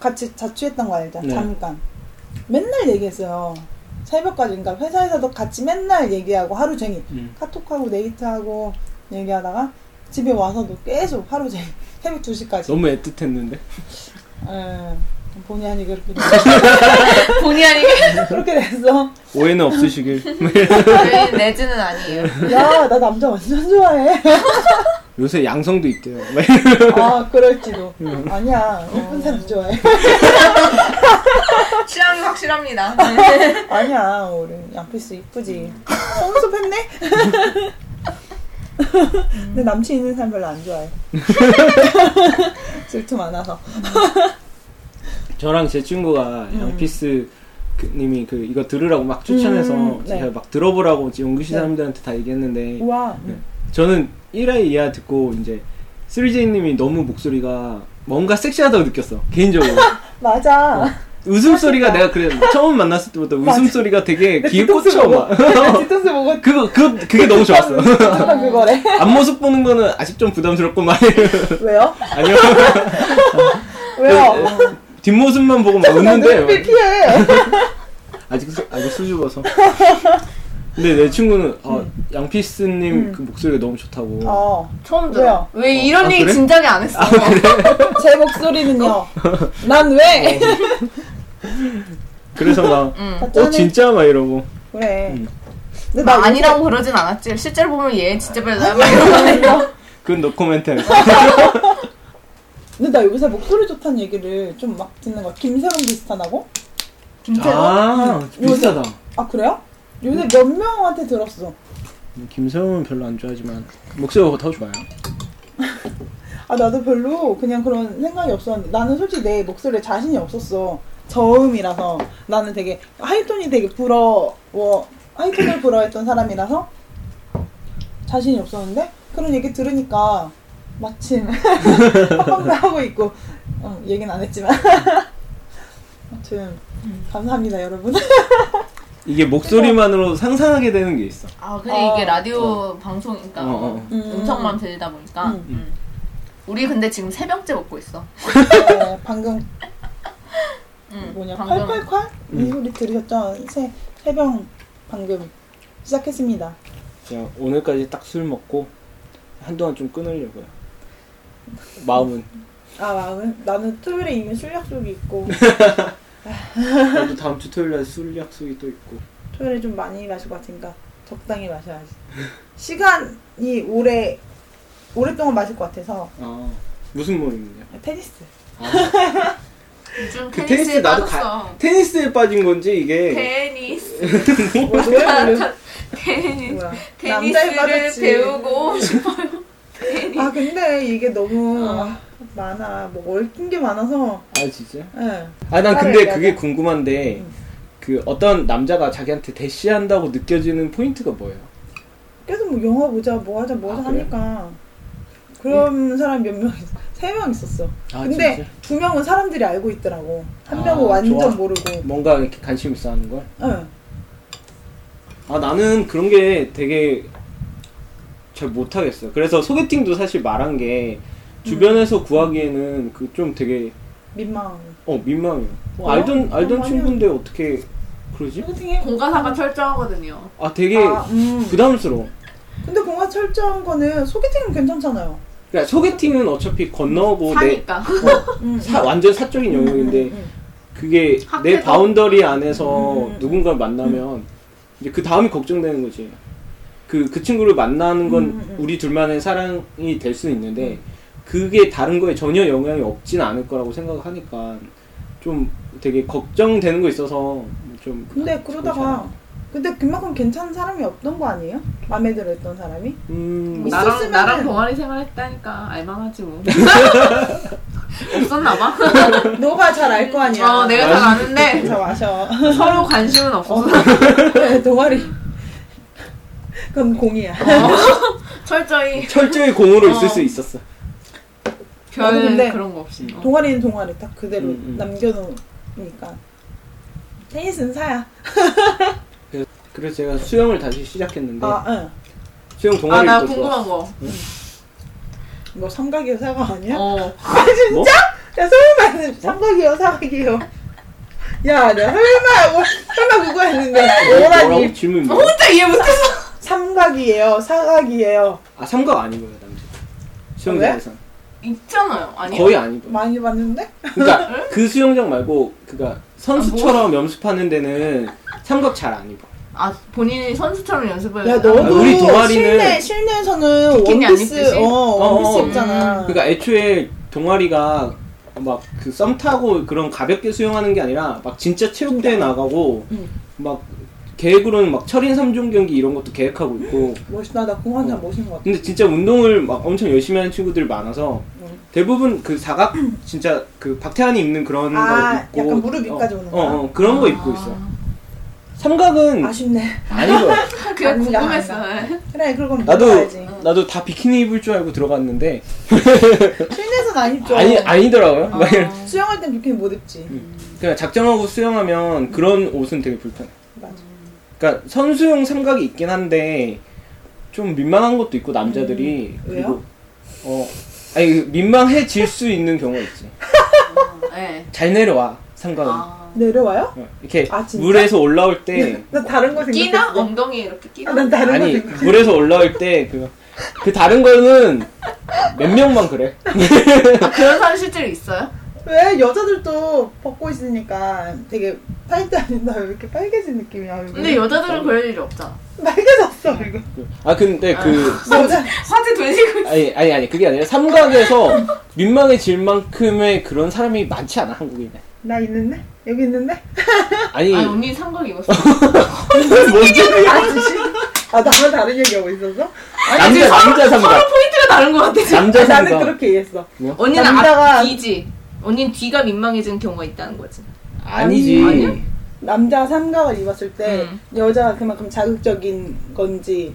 B: 같이 자취했던 거 알죠?
D: 네.
B: 잠깐. 맨날 얘기했어요. 새벽까지, 그러니까 회사에서도 같이 맨날 얘기하고 하루 종일
D: 음.
B: 카톡하고 데이트하고 얘기하다가 집에 와서도 계속 하루 종일 새벽 2시까지.
D: 너무 애틋했는데.
B: 예. 본의 아니게 그렇게,
C: 본의 아니게
B: 그렇게 됐어.
D: 오해는 없으시길.
C: 저희 내지는 아니에요.
B: 야, 나 남자 완전 좋아해.
D: 요새 양성도 있대요.
B: 아, 그럴지도.
D: 음.
B: 아니야. 예쁜 사람 좋아해.
C: 취향이 확실합니다.
B: 아니야. 우리 양피스 이쁘지. 성습했네? 근데 남친 있는 사람 별로 안 좋아해. 질투 많아서.
D: 저랑 제 친구가
B: 음.
D: 양피스 그 님이 그 이거 들으라고 막 추천해서
B: 음, 네.
D: 제가 막 들어보라고 지금 연구실
B: 네.
D: 사람들한테 다 얘기했는데
B: 우와.
D: 네. 저는 1화 2화 듣고 이제 3제이님이 너무 목소리가 뭔가 섹시하다고 느꼈어 개인적으로
B: 맞아.
D: 어, 웃음소리가 내가 그래 처음 만났을 때부터
B: 그러니까. 맞아.
D: 웃음소리가 되게 귀에
B: 뒤통수
D: 꽂혀 막
B: 보고. 뒤통수 보고.
D: 그거 그 그게 너무 좋았어
B: 잠깐 그거래.
D: 앞모습 보는 거는 아직 좀 부담스럽고만
B: 왜요?
D: 아니요
B: 왜요?
D: 뒷모습만 보고 네, 막
B: 나
D: 웃는데
B: 눈빛 피해.
D: 아직 수, 아직 수줍어서. 근데 내 친구는 어, 양피스님
B: 음.
D: 그 목소리가 너무 좋다고.
B: 어.
C: 처음 들어. 왜 이런
D: 아,
C: 얘기
D: 그래?
C: 진작에 안 했어?
B: 제 목소리는요.
D: 어.
B: 난 왜?
D: 그래서 막,
C: 응.
D: 어 진짜 막 이러고.
B: 그래.
D: 음.
B: 근데
C: 막
B: 나 아,
C: 아니라고 그러진 않았지. 실제로 보면 얘 진짜 별로야. 막 이러고.
D: 그건 너 코멘트.
B: 어, 근데 나 요새 목소리 좋다는 얘기를 좀 막 듣는 거야. 김세롱 비슷하다고?
E: 김태호?
D: 아 비슷하다.
B: 아 그래요? 요새 몇 명한테 들었어.
D: 김세훈은 별로 안 좋아하지만 목소리가 더 좋아요.
B: 아 나도 별로 그냥 그런 생각이 없었는데 나는 솔직히 내 목소리에 자신이 없었어. 저음이라서 나는 되게 하이톤이 되게 부러워 하이톤을 부러워했던 사람이라서 자신이 없었는데 그런 얘기 들으니까 마침 팝빵도 하고 있고 어, 얘기는 안 했지만 아무튼 감사합니다 여러분
D: 이게 목소리만으로 상상하게 되는 게 있어.
E: 아,
C: 근데
B: 어,
C: 이게 라디오 방송이니까
D: 어, 어.
B: 음.
C: 음성만 들리다 보니까
B: 음.
C: 음. 우리 근데 지금 세 병째 먹고 있어.
B: 네, 방금
C: 음,
B: 뭐냐
C: 방금
B: 콸콸콸 이 소리 들으셨죠? 새 새벽 방금 시작했습니다.
D: 그냥 오늘까지 딱 술 먹고 한동안 좀 끊으려고요. 마음은
B: 아 나는 나는 토요일에 이미 술 약속이 있고
D: 나도 다음 주 토요일 날 술 약속이 또 있고.
B: 토요일에 좀 많이 마실 것 같으니까 적당히 마셔야지. 시간이 오래 오랫동안 마실 것 같아서
D: 아 무슨 모임이냐?
B: 테니스.
C: 요즘
D: 그
C: 테니스에
D: 테니스 나도
C: 빠졌어.
D: 가, 네. 테니스에 빠진 건지 이게
C: 테니스,
B: 뭐 노래 부르는
C: 테니스,
B: 뭐야? 남자에
C: 테니스를
B: 빠졌지.
C: 배우고 싶어.
B: 아 근데 이게 너무
C: 어.
B: 아, 많아. 뭐 얽힌 게 많아서.
D: 아 진짜?
B: 예.
D: 아 난
B: 따로
D: 근데
B: 얘기하자.
D: 그게 궁금한데
B: 음.
D: 그 어떤 남자가 자기한테 대시한다고 느껴지는 포인트가 뭐예요?
B: 계속 뭐 영화 보자, 뭐 하자, 뭐 하자
D: 아, 그래요?
B: 하니까 그런 사람 몇 명, 있 세 명 있었어.
D: 아,
B: 근데
D: 진짜?
B: 두 명은 사람들이 알고 있더라고. 한
D: 아,
B: 명은 완전
D: 좋아.
B: 모르고.
D: 뭔가 이렇게 관심 있어 하는 걸?
B: 예.
D: 아 나는 그런 게 되게 잘 못하겠어요. 그래서 소개팅도 사실 말한 게 주변에서 구하기에는 그 좀 되게
B: 민망하고.
D: 어 민망해요. 어,
B: 왜요?
D: 알던 알던
B: 민망해요.
D: 친구인데 어떻게 그러지?
B: 소개팅해?
C: 공과사가 철저하거든요.
D: 아 되게
B: 아, 음.
D: 부담스러워.
B: 근데 공간 철저한 거는 소개팅은 괜찮잖아요.
D: 그러니까 소개팅은 어차피 건너고 내 어,
C: 사니까.
B: 음.
D: 사, 완전 사적인 영역인데
B: 음.
D: 그게 내
C: 학회도?
D: 바운더리 안에서
B: 음.
D: 누군가를 만나면 이제 그 다음이 걱정되는 거지. 그, 그 친구를 만나는 건
B: 음, 음, 음.
D: 우리 둘만의 사랑이 될 수 있는데 그게 다른 거에 전혀 영향이 없진 않을 거라고 생각하니까 좀 되게 걱정되는 거 있어서 좀
B: 근데 그러다가 근데 그만큼 괜찮은 사람이 없던 거 아니에요? 마음에 들어 했던 사람이?
D: 음, 뭐,
B: 나-
C: 나랑
B: 있었으면은-
C: 나랑 동아리 생활했다니까 알만하지 뭐. 없었나 봐.
B: 너가 잘 알 거 아니야.
C: 어, 내가 잘 아는데
B: 잘 마셔.
C: 서로 관심은
B: 어.
C: 없어서
B: 네, 동아리. 그건 공이야. 어.
C: 철저히
D: 철저히 공으로 있을
C: 어.
D: 수 있었어.
C: 별
B: 나도 어, 근데
C: 그런 거 없이. 어.
B: 동아리는 동아리 딱 그대로
D: 음, 음.
B: 남겨놓으니까. 테니스는 사야.
D: 그래서 제가 수영을 다시 시작했는데
B: 아, 응.
D: 수영 동아리
C: 아나
D: 있고
C: 궁금한 거.
B: 뭐 삼각이요, 사각 아니야?
C: 어.
D: 뭐?
B: 야, 설마 삼각이요, 사각이요. 야, 나 설마 뭐, 설마 그거 했는데
D: 아, 어, 뭐라고
B: 오라니
D: 질문 뭐?
C: 혼자 이해 못했어.
B: 삼각이에요, 사각이에요.
D: 아 삼각 안 입어요 남자. 수영장에서
C: 있잖아요. 아니요.
D: 거의 안 입어요.
B: 많이 봤는데?
D: 그러니까 그 수영장 말고 그니까 선수처럼
B: 아,
D: 연습하는 데는 삼각 잘 안 입어.
C: 아 본인이 선수처럼 연습을.
B: 야,
C: 하는
B: 너도
C: 거야?
D: 우리 동아리는-
B: 실내 실내에서는
C: 비키니 안
B: 원피스,
C: 입듯이?
B: 어, 음, 원피스
D: 어, 어.
B: 입잖아.
D: 그러니까 애초에 동아리가 막 그 썸 타고 그런 가볍게 수영하는 게 아니라 막 진짜 체육대회 나가고
B: 음.
D: 막 계획으로는 막 철인 3종 경기 이런 것도 계획하고 있고
B: 멋있다. 나 그거
D: 어.
B: 한잔 멋있는 것 같아.
D: 근데 진짜 운동을 막 엄청 열심히 하는 친구들 많아서
B: 음.
D: 대부분 그 사각 진짜 그 박태환이 입는 그런
B: 아,
D: 거 입고
B: 약간 무릎 위까지
D: 어,
B: 오는
D: 어,
B: 거야? 아.
D: 어, 그런 거 입고 있어. 삼각은
B: 아쉽네.
D: 아닌 거야.
C: 아, 그게
B: 아닌가,
C: 궁금했어. 네.
B: 그래, 그럼
D: 나도
B: 물어봐야지.
D: 나도 다 비키니 입을 줄 알고 들어갔는데
B: 실내에서는 안 입죠.
D: 아니 아니더라고요.
B: 어.
C: 어,
D: 막 이런-
B: 수영할 땐 비키니 못 입지.
D: 그냥 작정하고 수영하면 그런 옷은 되게 불편해.
B: 맞아.
D: 그러니까 선수용 삼각이 있긴 한데 좀 민망한 것도 있고 남자들이
B: 음,
D: 그리고 어 아니 민망해질 수 있는 경우가 있지.
C: 네.
D: 잘 내려와 삼각은.
C: 아.
B: 내려와요?
D: 어, 이렇게
B: 아, 진짜?
D: 물에서 올라올 때
B: 나 다른 거 생각했어.
C: 끼나? 엉덩이 이렇게 끼나?
B: 아, 난 다른 거
D: 아니
B: 생각.
D: 물에서 올라올 때그그 그 다른 거는 몇 명만 그래.
C: 아, 그런 사람 실제로 있어요?
B: 왜 여자들도 벗고 있으니까 되게 타이트 아닌다. 왜 이렇게 빨개진 느낌이야? 얼굴이?
C: 근데
D: 음.
C: 여자들은 그럴 일이 없잖아.
B: 빨개졌어 이거.
D: 아 근데 그
B: 여자
C: 화제 되시고
D: 아니 아니 아니 그게 아니라 삼각에서 민망해질 만큼의 그런 사람이 많지 않아 한국인에.
B: 나 있는데 여기 있는데.
D: 아니
C: 아니 언니 상각 입었어.
D: 뭔지
B: 아 나랑 다른 얘기하고 있었어?
D: 남자 남자 삼각
C: 포인트가 다른 것 같아. 지금.
D: 남자
B: 나는
D: 삼각
B: 그렇게 이해했어.
C: 언니는
B: 남자가-
C: 앞 뒤지. 언니는 뒤가 민망해지는 경우가 있다는 거지.
D: 아니지.
B: 남자 삼각을 입었을 때
C: 음.
B: 여자가 그만큼 자극적인 건지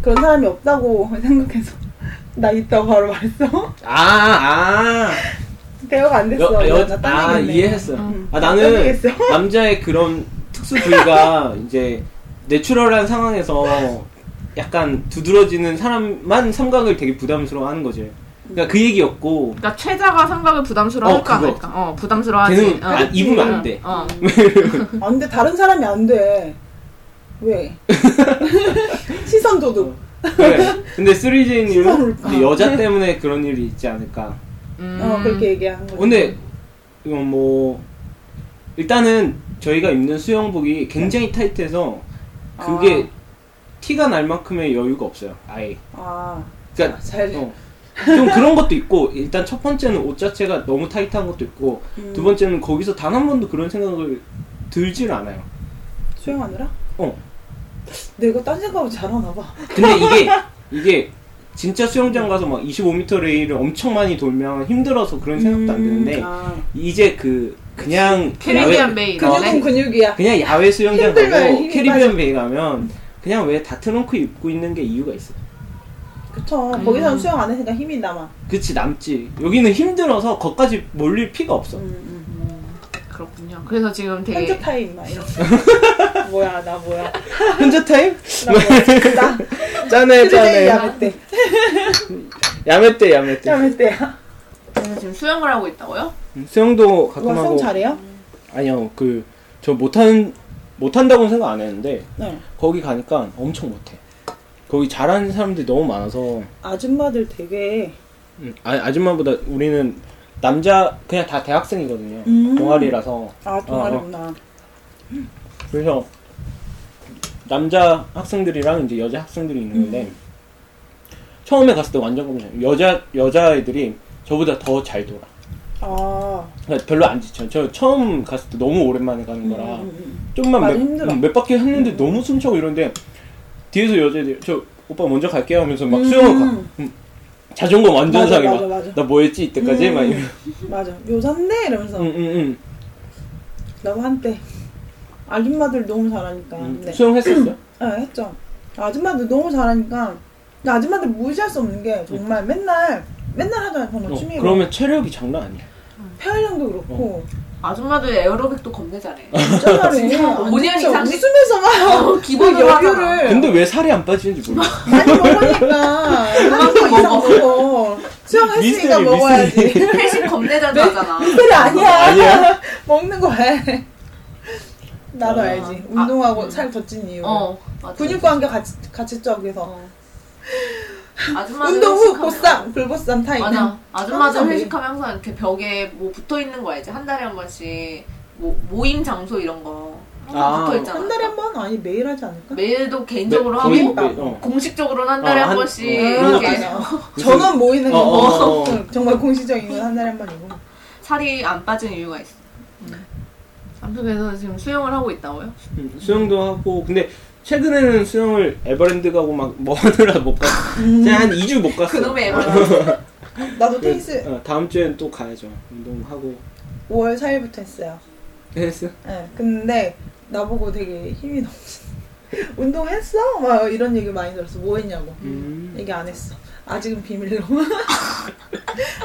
B: 그런 사람이 없다고 생각해서 나 있다고 바로 말했어.
D: 아, 아아
B: 대화가 안 됐어. 나
D: 아,
B: 딴 얘기했네.
D: 이해했어.
C: 음.
D: 아 나는
B: 딴 얘기했어.
D: 남자의 그런 특수 부위가 이제 내추럴한 상황에서 약간 두드러지는 사람만 삼각을 되게 부담스러워하는 거지. 그러니까 그 얘기였고
C: 그러니까 최자가 상각을 부담스러워할까
D: 어, 그거.
C: 말까. 어 부담스러워하지.
D: 걔는
C: 어.
D: 아, 입으면 안 돼.
C: 어.
B: 아, 근데 다른 사람이 안 돼. 왜? 시선 도둑.
D: 그래. 근데 3J님은
B: 시선을-
D: 여자 때문에 그런 일이 있지 않을까.
C: 음.
B: 어, 그렇게 얘기한 거지.
D: 근데 이건 뭐 일단은 저희가 입는 수영복이
C: 네.
D: 굉장히 타이트해서 그게
C: 아.
D: 티가 날 만큼의 여유가 없어요. 아예.
B: 아,
D: 그러니까
B: 잘.
D: 어. 좀 그런 것도 있고 일단 첫 번째는 옷 자체가 너무 타이트한 것도 있고
B: 음,
D: 두 번째는 거기서 단 한 번도 그런 생각을 들질 않아요.
B: 수영하느라?
D: 어.
B: 내가 딴 생각으로 잘하나 봐.
D: 근데 이게 이게 진짜 수영장 가서 막 25m 레일을 엄청 많이 돌면 힘들어서 그런 생각도 안 드는데
B: 아.
D: 이제 그 그냥
C: 음. 캐리비안
D: 야외-
C: 베이.
B: 근육은 근육이야.
D: 그냥 야외 수영장
B: 힘들면
D: 가고
B: 힘이
D: 캐리비안
B: 빠져.
D: 베이 가면 그냥 왜 다 트렁크 입고 있는 게 이유가 있어.
B: 그쵸. 거기서는
C: 음.
B: 수영 안 했으니까 힘이 남아.
D: 그치 남지. 여기는 힘들어서 거기까지 몰릴 피가 없어.
B: 음, 음.
C: 그렇군요. 그래서 지금 되게
B: 편집 타임 막 이렇게. 뭐야 나 뭐야.
D: 혼자 타임?
B: 나 뭐야. 나
D: 네, 짠해
B: 그때
D: 짠해.
B: 야매 때.
D: 야매 때 야매 때.
B: 야매 때야.
C: 그래서 지금 수영을 하고 있다고요?
D: 음, 수영도 가끔
B: 와, 수영
D: 하고.
B: 잘해요?
D: 아니요 그 저 못한 못한다고는 생각 안 했는데
B: 네.
D: 거기 가니까 엄청 못해. 거기 잘하는 사람들이 너무 많아서
B: 아줌마들 되게
D: 음, 아, 아줌마보다 우리는 남자 그냥 다 대학생이거든요.
B: 음.
D: 동아리라서
B: 아 동아리구나.
D: 그래서 남자 학생들이랑 이제 여자 학생들이 있는데
B: 음.
D: 처음에 갔을 때 완전 깜짝 여자 여자 애들이 저보다 더 잘 돌아.
B: 아.
D: 그러니까 별로 안 지쳐. 저 처음 갔을 때 너무 오랜만에 가는
B: 음,
D: 거라
B: 음, 음.
D: 좀만
B: 많이
D: 몇,
B: 힘들어.
D: 음, 몇 바퀴 했는데 너무 숨차고 이런데 뒤에서 여자애들 저 오빠 먼저 갈게요 하면서 막
B: 음.
D: 수영을 가. 음. 자존감 완전
B: 맞아,
D: 상해
B: 맞아,
D: 막.
B: 맞아.
D: 나 뭐했지 이때까지
B: 음. 그러니까
D: 막 음, 이러.
B: 맞아. 요산데 이러면서
D: 응, 응,
B: 나도 한때 아줌마들 너무 잘하니까.
D: 응.
B: 네.
D: 음. 수영했었어?
B: 네, 했죠. 아줌마들 너무 잘하니까. 근데 아줌마들 무시할 수 없는 게 정말 맨날 맨날 하잖아요. 정말
D: 어,
B: 춤이.
D: 그러면 어. 체력이 장난 아니야.
B: 폐활량도 그렇고.
C: 아줌마들 에어로빅도 겁내 잘해.
B: 진짜 잘해.
C: 본의 아니게
B: 진짜
C: 상식-
B: 웃으면서만
C: 어,
B: 그
C: 기본으로 하잖아.
B: 여유를
D: 근데 왜 살이 안 빠지는지 모르겠어.
B: 많이 먹으니까 한도 이상 먹어. 수영했으니까
D: 미스테리,
B: 먹어야지.
C: 회식 겁내 잘 하잖아.
B: 미스테리 아니야.
D: 아니야?
B: 먹는 거 해. 나도
D: 아.
B: 알지. 운동하고 살더 찐 이유.
C: 어, 맞아.
B: 근육과 같이 같이 쪽에서
C: 어. 아줌마들
B: 운동 후
C: 회식하면-
B: 보쌈 불보쌈 타임.
C: 맞아. 아줌마들
B: 항상
C: 회식하면 항상 이렇게 벽에 뭐 붙어 있는 거 알지? 한 달에 한 번씩 뭐 모임 장소 이런 거 항상
D: 아.
C: 붙어 있잖아. 그러니까
B: 한 달에 한 번? 아니 매일 하지 않을까?
C: 매일도 개인적으로
D: 매-
C: 하고
D: 거의- 어.
C: 공식적으로는 한 달에
D: 어,
C: 한
D: 한-
C: 번씩
D: 어, 그런 것
C: 이렇게
B: 맞아. 전원 모이는
D: 어,
B: 거.
D: 어, 어, 어.
B: 정말 공식적인 건 한 달에 한 번이고.
C: 살이 안 빠진 이유가 있어. 음. 그래서 지금 수영을 하고 있다고요?
D: 음, 수영도 하고 근데 최근에는 수영을 에버랜드 가고 막 뭐 하느라 못 갔어. 제가 한 2주 못 갔어.
C: 아, 그놈의 에버랜드.
B: 음, 나도
D: 그,
B: 테니스
D: 어, 다음 주엔 또 가야죠. 운동하고
B: 5월 4일부터 했어요.
D: 테니스.
B: 예, 근데 나보고 되게 힘이 넘치. 운동했어? 막 이런 얘기 많이 들었어. 뭐 했냐고.
C: 네,
D: 음.
B: 얘기 안 했어. 아직은 비밀로.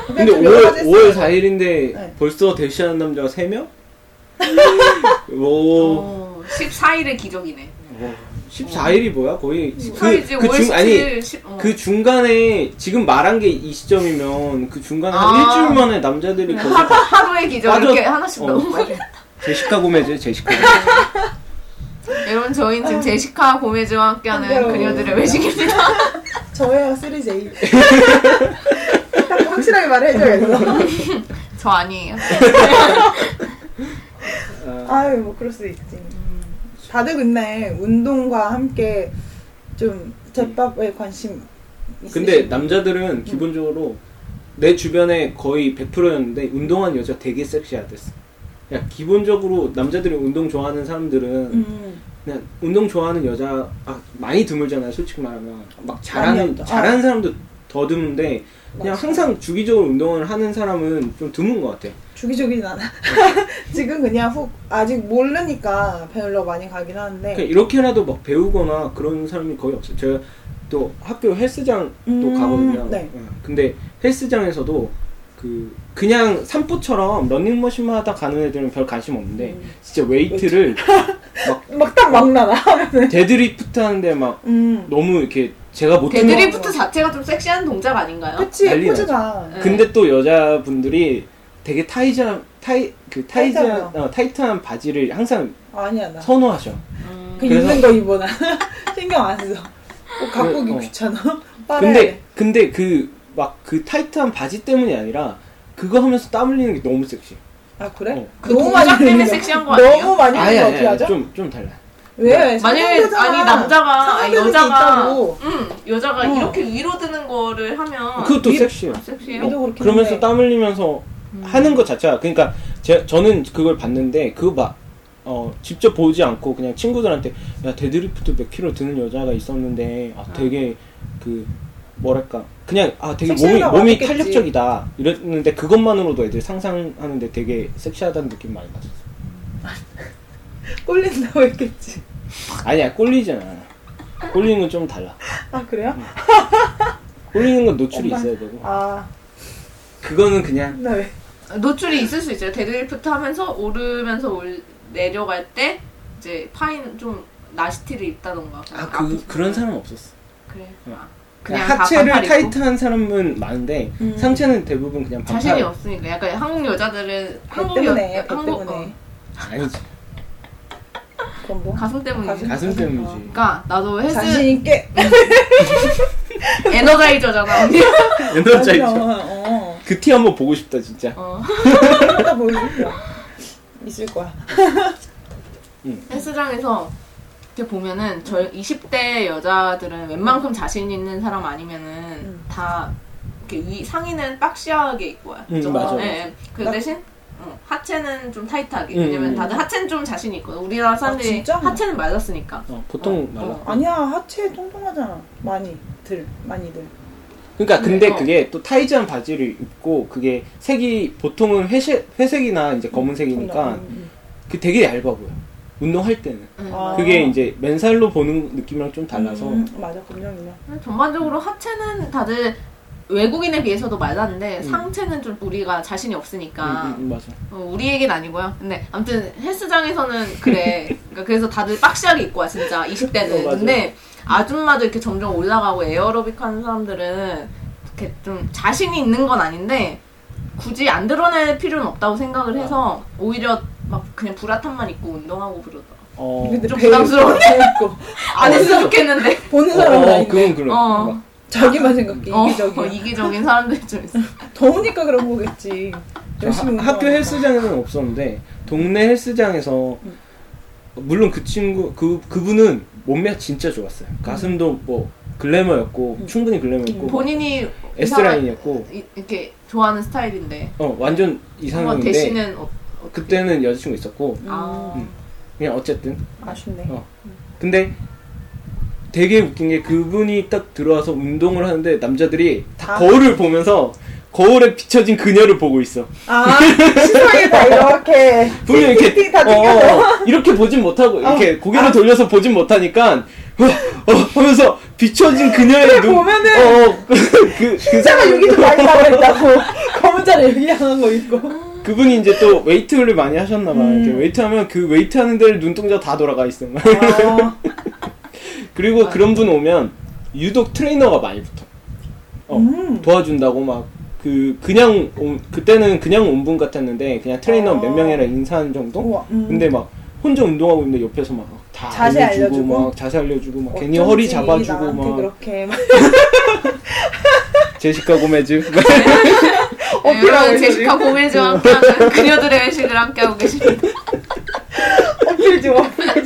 D: 근데 5월, 5월 4일인데
B: 네.
D: 벌써 대시하는 남자가 3명? 오. 어,
C: 오, 14일의 기적이네.
D: 14일이 뭐야? 거의
C: 14일째
D: 그
C: 5월
D: 중- 아니,
C: 17일. 십- 어.
D: 그 중간에 지금 말한 게 이 시점이면 그 중간에 한
C: 아.
D: 일주일 만에 남자들이 거기
C: 하루, 하루의 기적
D: 빠져-
C: 이렇게 하나씩
D: 어,
C: 넘어.
D: 빠져. 제시카 고메즈 제시카
C: 여러분 저희는
D: 아.
C: 지금 제시카 고메즈와 함께하는
D: 네.
B: 반가워요.
C: 그녀들의
D: 어.
C: 외식입니다.
B: 저예요 3J. 딱 확실하게 말해줘야겠어.
C: 저 아니에요.
D: 고메즈. 아,
B: 아유 뭐 그럴 수도 있지. 다들 근데 운동과 함께 좀 제밥에 관심.
D: 근데
B: 있으신-
D: 남자들은
C: 음.
D: 기본적으로 내 주변에 거의 100%였는데 운동한 여자 되게 섹시하댔어. 야 기본적으로 남자들이 운동 좋아하는 사람들은
B: 음.
D: 그냥 운동 좋아하는 여자 아, 많이 드물잖아요. 솔직히 말하면 막
B: 많이
D: 잘하는
B: 없죠.
C: 어.
D: 잘하는 사람도 더 드문데 그냥
B: 맞아.
D: 항상 주기적으로 운동을 하는 사람은 좀 드문 것 같아.
B: 주기적이진 않아. 지금 그냥 훅 아직 모르니까 배우러 많이 가긴 하는데.
D: 그러니까 이렇게라도 막 배우거나 그런 사람이 거의 없어요. 제가 또 학교 헬스장도
B: 음,
D: 가거든요.
B: 네.
D: 예. 근데 헬스장에서도 그 그냥 산보처럼 런닝머신만 하다 가는 애들은 별 관심 없는데 진짜 웨이트를
B: 막 딱 막 나나.
D: 데드리프트 하는데 막
B: 음.
D: 너무 이렇게 제가 못하는
C: 데드리프트 자체가 좀 섹시한 동작 아닌가요?
B: 그치
D: 뭐, 난리
B: 포즈가.
C: 나죠.
D: 근데 또 여자분들이 되게 타이자 타이 그 타이자
B: 타이트하죠.
D: 어, 타이트한 바지를 항상
B: 아니야 나.
D: 선호하셔.
C: 음,
B: 그
D: 그래서-
B: 입는 거 입어놔. 신경 안 써. 옷 갖고 오기
D: 어.
B: 귀찮아. 빨아야
D: 근데
B: 돼.
D: 근데 그 막 그 타이트한 바지 때문이 아니라 그거 하면서 땀 흘리는 게 너무 섹시.
B: 아 그래?
D: 어.
C: 그 동작 때문에
B: 흘리는
C: 섹시한 거
B: 너무
C: 아니에요?
B: 많이
D: 아니,
B: 흘리면
D: 아니,
B: 어떻게
D: 아니,
B: 하죠?
D: 좀, 좀 달라.
B: 왜?
C: 네. 만약에 아니 남자가 아니, 여자가
B: 있다고.
C: 음 여자가
B: 어.
C: 이렇게 위로 드는 거를 하면
D: 그것도
B: 위-
D: 섹시해요.
C: 섹시해요.
B: 위로
D: 어,
B: 그렇긴
D: 그러면서
B: 한데. 음.
D: 땀 흘리면서 하는 것 자체가, 그러니까 제, 저는 그걸 봤는데, 그거 막, 어, 직접 보지 않고 그냥 친구들한테, 야, 데드리프트 몇 킬로 드는 여자가 있었는데, 아, 되게, 그, 뭐랄까, 그냥, 아, 되게 몸이,
B: 섹시하다고
D: 몸이
B: 하겠지.
D: 탄력적이다. 이랬는데, 그것만으로도 애들 상상하는데 되게 섹시하다는 느낌 많이 받았어.
B: 꼴린다고 했겠지.
D: 아니야, 꼴리잖아. 꼴리는 건 좀 달라.
B: 아 그래요?
D: 꼴리는 건 노출이
B: 엄마.
D: 있어야 되고.
B: 아,
D: 그거는 그냥,
B: 나 왜?
C: 노출이 있을 수 있어요. 데드리프트 하면서 오르면서 올, 내려갈 때 이제 파인 좀 나시티를 입다던가.
D: 아, 그, 그런 사람은 없었어.
C: 그래. 아,
D: 그냥
C: 그냥
D: 하체를
C: 다 반팔 입고.
D: 타이트한 사람은 많은데
B: 음.
D: 상체는 대부분 그냥 반팔.
C: 자신이 없으니까 약간 한국 여자들은
B: 배
C: 한국 여
B: 그 때문에 배
C: 한국 어,
B: 때문에
D: 아니지.
B: 그럼 뭐?
C: 가슴 때문에.
B: 가슴.
D: 가슴 때문이지.
C: 그러니까 나도 헬스
B: 자신 있게.
C: 에너자이저잖아. 언니.
D: 에너지 있죠.
B: 맞아, 어. 그러니까
D: 그티 한번 보고 싶다 진짜.
C: 어.
B: 딱 보여줄게. 있을 거야.
C: 헬스장에서 이렇게 보면은 저 20대 여자들은 웬만큼 자신 있는 사람 아니면은
B: 음.
C: 다 이렇게 위 상의는 박시하게 입고 와요.
D: 음,
C: 좀,
D: 맞아.
C: 예, 그
B: 나-
C: 대신 어, 하체는 좀 타이트하게.
D: 음,
C: 왜냐면
D: 음. 아,
C: 다들 하체는 좀 자신 있거든. 우리나라 사람들이
B: 진짜?
C: 하체는 맞았으니까.
D: 어, 보통 말라.
C: 어.
B: 아니야 하체 통통하잖아. 많이들 많이들.
D: 그러니까 근데
C: 어.
D: 그게 또 타이즈한 바지를 입고 그게 색이 보통은 회색 회색이나 이제 검은색이니까
B: 음,
D: 그 되게 얇아 보여. 운동할 때는
C: 음.
B: 아.
D: 그게 이제 맨살로 보는 느낌이랑 좀 달라서
B: 음, 맞아 검정이면.
C: 뭐 전반적으로 하체는 다들 외국인에 비해서도 맞았는데
D: 음.
C: 상체는 좀 우리가 자신이 없으니까
D: 음, 음, 음, 맞아.
C: 어, 우리 얘기는 아니고요. 근데 아무튼 헬스장에서는 그래. 그러니까 그래서 다들 빡시하게 입고 와 진짜 20대는.
D: 어, 맞아요.
C: 근데 아줌마들 이렇게 점점 올라가고 에어로빅 하는 사람들은 이렇게 좀 자신이 있는 건 아닌데 굳이 안 드러낼 필요는 없다고 생각을 해서 오히려 막 그냥 브라탄만 입고 운동하고 그러더라.
D: 어,
B: 근데
C: 좀
B: 배울
C: 부담스러운데?
B: 거, 배울
C: 안 했으면 좋겠는데.
B: 거. 보는
D: 어,
B: 사람 어,
D: 어,
B: 아닌데
D: 아, 그건 그래.
C: 어.
D: 막
B: 자기만 생각해
C: 어,
B: 이기적이야.
C: 이기적인 사람들이 좀 있어.
B: 더우니까 그런 거겠지.
D: 저
B: 열심히 뭐.
D: 하- 학교
B: 운동하니까.
D: 헬스장에는 없었는데 동네 헬스장에서
B: 음.
D: 물론 그 친구 그 그분은 몸매가 진짜 좋았어요. 가슴도 뭐 글래머였고
B: 음.
D: 충분히 글래머였고
C: 본인이
D: 뭐, S 라인이었고
C: 이- 이렇게 좋아하는 스타일인데
D: 어 완전
C: 한번
D: 이상형인데
C: 대신은 어,
D: 그때는 여자친구 있었고
C: 아.
B: 음.
D: 그냥 어쨌든
B: 아쉽네. 음.
D: 어. 근데 되게 웃긴 게 그분이 딱 들어와서 운동을 하는데 남자들이 다
B: 아.
D: 거울을 보면서 거울에 비춰진 그녀를 보고 있어.
B: 아, 시상에다 이렇게.
D: 분명 이렇게
B: 띵, 띵, 네, 다 아.
D: 어, 어, 이렇게 보진 못하고 이렇게 고개를 돌려서 보진 못하니까 어, 어, 하면서 비춰진 그녀의 눈
B: 보면은
D: 어, 어, 그, 그
B: 숫자가
D: 사람
B: 아, 여기도 많이 나와있다고. 검은 자리 여기 향한 거 있고.
D: 그분이 이제 또 웨이트를 많이 하셨나 봐.
B: 음.
D: 이렇게 웨이트 하면 그 웨이트 하는 데를 눈동자 다 돌아가 있어.
B: 아,
D: 그리고 그런 분 오면 유독 트레이너가 많이 붙어. 어,
B: 음.
D: 도와준다고 막 그 그냥 온- 그때는 그냥 온 분 같았는데 그냥 트레이너
B: 어.
D: 몇 명이랑 인사하는 정도.
B: 우와, 음.
D: 근데 막 혼자 운동하고 있는데 옆에서 막 다
B: 자세 알려주고?
D: 막 자세 알려주고 막 괜히 허리
B: 어쩐지
D: 잡아주고
B: 나한테
D: 막
B: 그렇게 막
D: 제시카 고메즈
B: 어필하고
C: 네, 여러분
B: 있어,
C: 제시카 고메즈와
D: 네.
C: 함께하는 그녀들의 외식을 함께하고 계십니다.
B: 어필 좀 어필
D: 네,